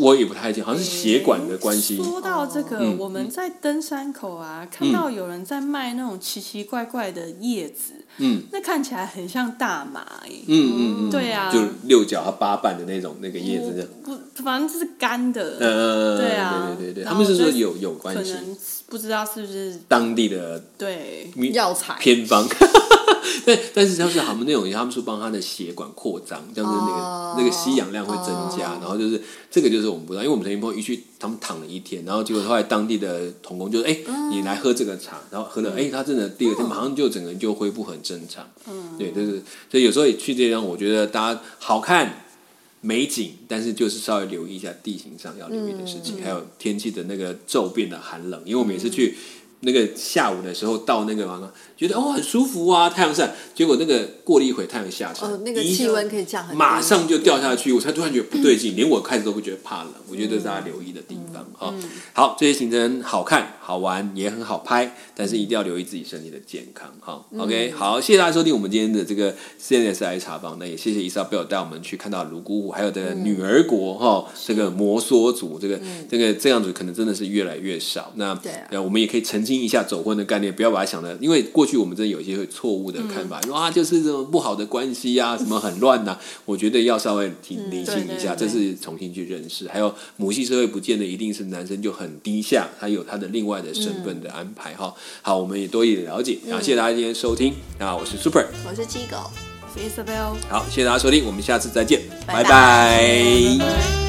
S1: 我也不太清，好像是血管的关系。
S3: 说到这个，
S1: 嗯
S3: 我们在登山口啊，看到有人在卖那种奇奇怪怪的叶子，
S1: 嗯，
S3: 那看起来很像大麻耶、
S1: 嗯嗯嗯，
S3: 对啊
S1: 就六角和八瓣的那种那个叶子这样。
S3: 我不，反正这是干的，
S1: 呃，
S3: 对啊
S1: 对对对，
S3: 然
S1: 他
S3: 后
S1: 们是说
S3: 就是
S1: 有有
S3: 可
S1: 关系，
S3: 能不知道是不是
S1: 当地的
S3: 对。
S2: 药材
S1: 偏 方。
S3: 哎
S1: 但但是像是他们那种，他们说帮他的血管扩张，这样子那个、
S2: 哦
S1: 那个吸氧量会增
S3: 哦
S1: 加，然后就是这个就是我们不知道，因为我们曾经朋友一去，他们躺了一天，然后结果后来当地的童工就说：“哎、
S3: 嗯
S1: 你来喝这个茶。”然后喝了，哎、他真的第二天马上就整个人就恢复很正常。嗯，对，就是所以有时候也去这些地方，我觉得大家好看。美景，但是就是稍微留意一下地形上要留意的事
S2: 嗯
S1: 情，还有天气的那个骤变的寒冷。因为我每次去
S2: 嗯
S1: 那个下午的时候到那个地方，觉得哦很舒服啊，太阳晒。结果那个过了一会，太阳下山，
S2: 哦，那个
S1: 一
S2: 气温可以降很多，
S1: 马上就掉下去，我才突然觉得不对劲，连我开始都会觉得怕冷。我觉
S2: 嗯
S1: 得这是大家留意的地方哈。好，这些行程好看、好玩，也很好拍，但是一定要留意自己身体的健康哈。OK，好，
S2: 嗯
S1: 谢谢大家收听我们今天的这个 CNSI 茶坊，那也谢谢伊莎贝尔带我们去看到泸沽湖，还有的
S2: 嗯
S1: 女儿国哈，这个摩梭族，这个这个这样子可能真的是越来越少。那
S2: 对啊
S1: 呃我们也可以澄清一下走婚的概念，不要把它想的，因为过去我们真的有一些会错误的看
S3: 嗯
S1: 法，说啊就是这种不好的关系啊，什么很乱呐、我觉得要稍微提理性一下，
S3: 嗯对对对
S1: 这是重新去认识。还有母系社会不见得一定是男生就很低下，他有他的另外的身份的
S3: 嗯
S1: 安排哈、好，我们也多一点了解，然后谢谢大家今天收听，那我是 Super，
S2: 我是鸡狗。
S3: Isabel。
S1: 好，谢谢大家收听，我们下次再见，
S2: 拜拜
S1: 拜拜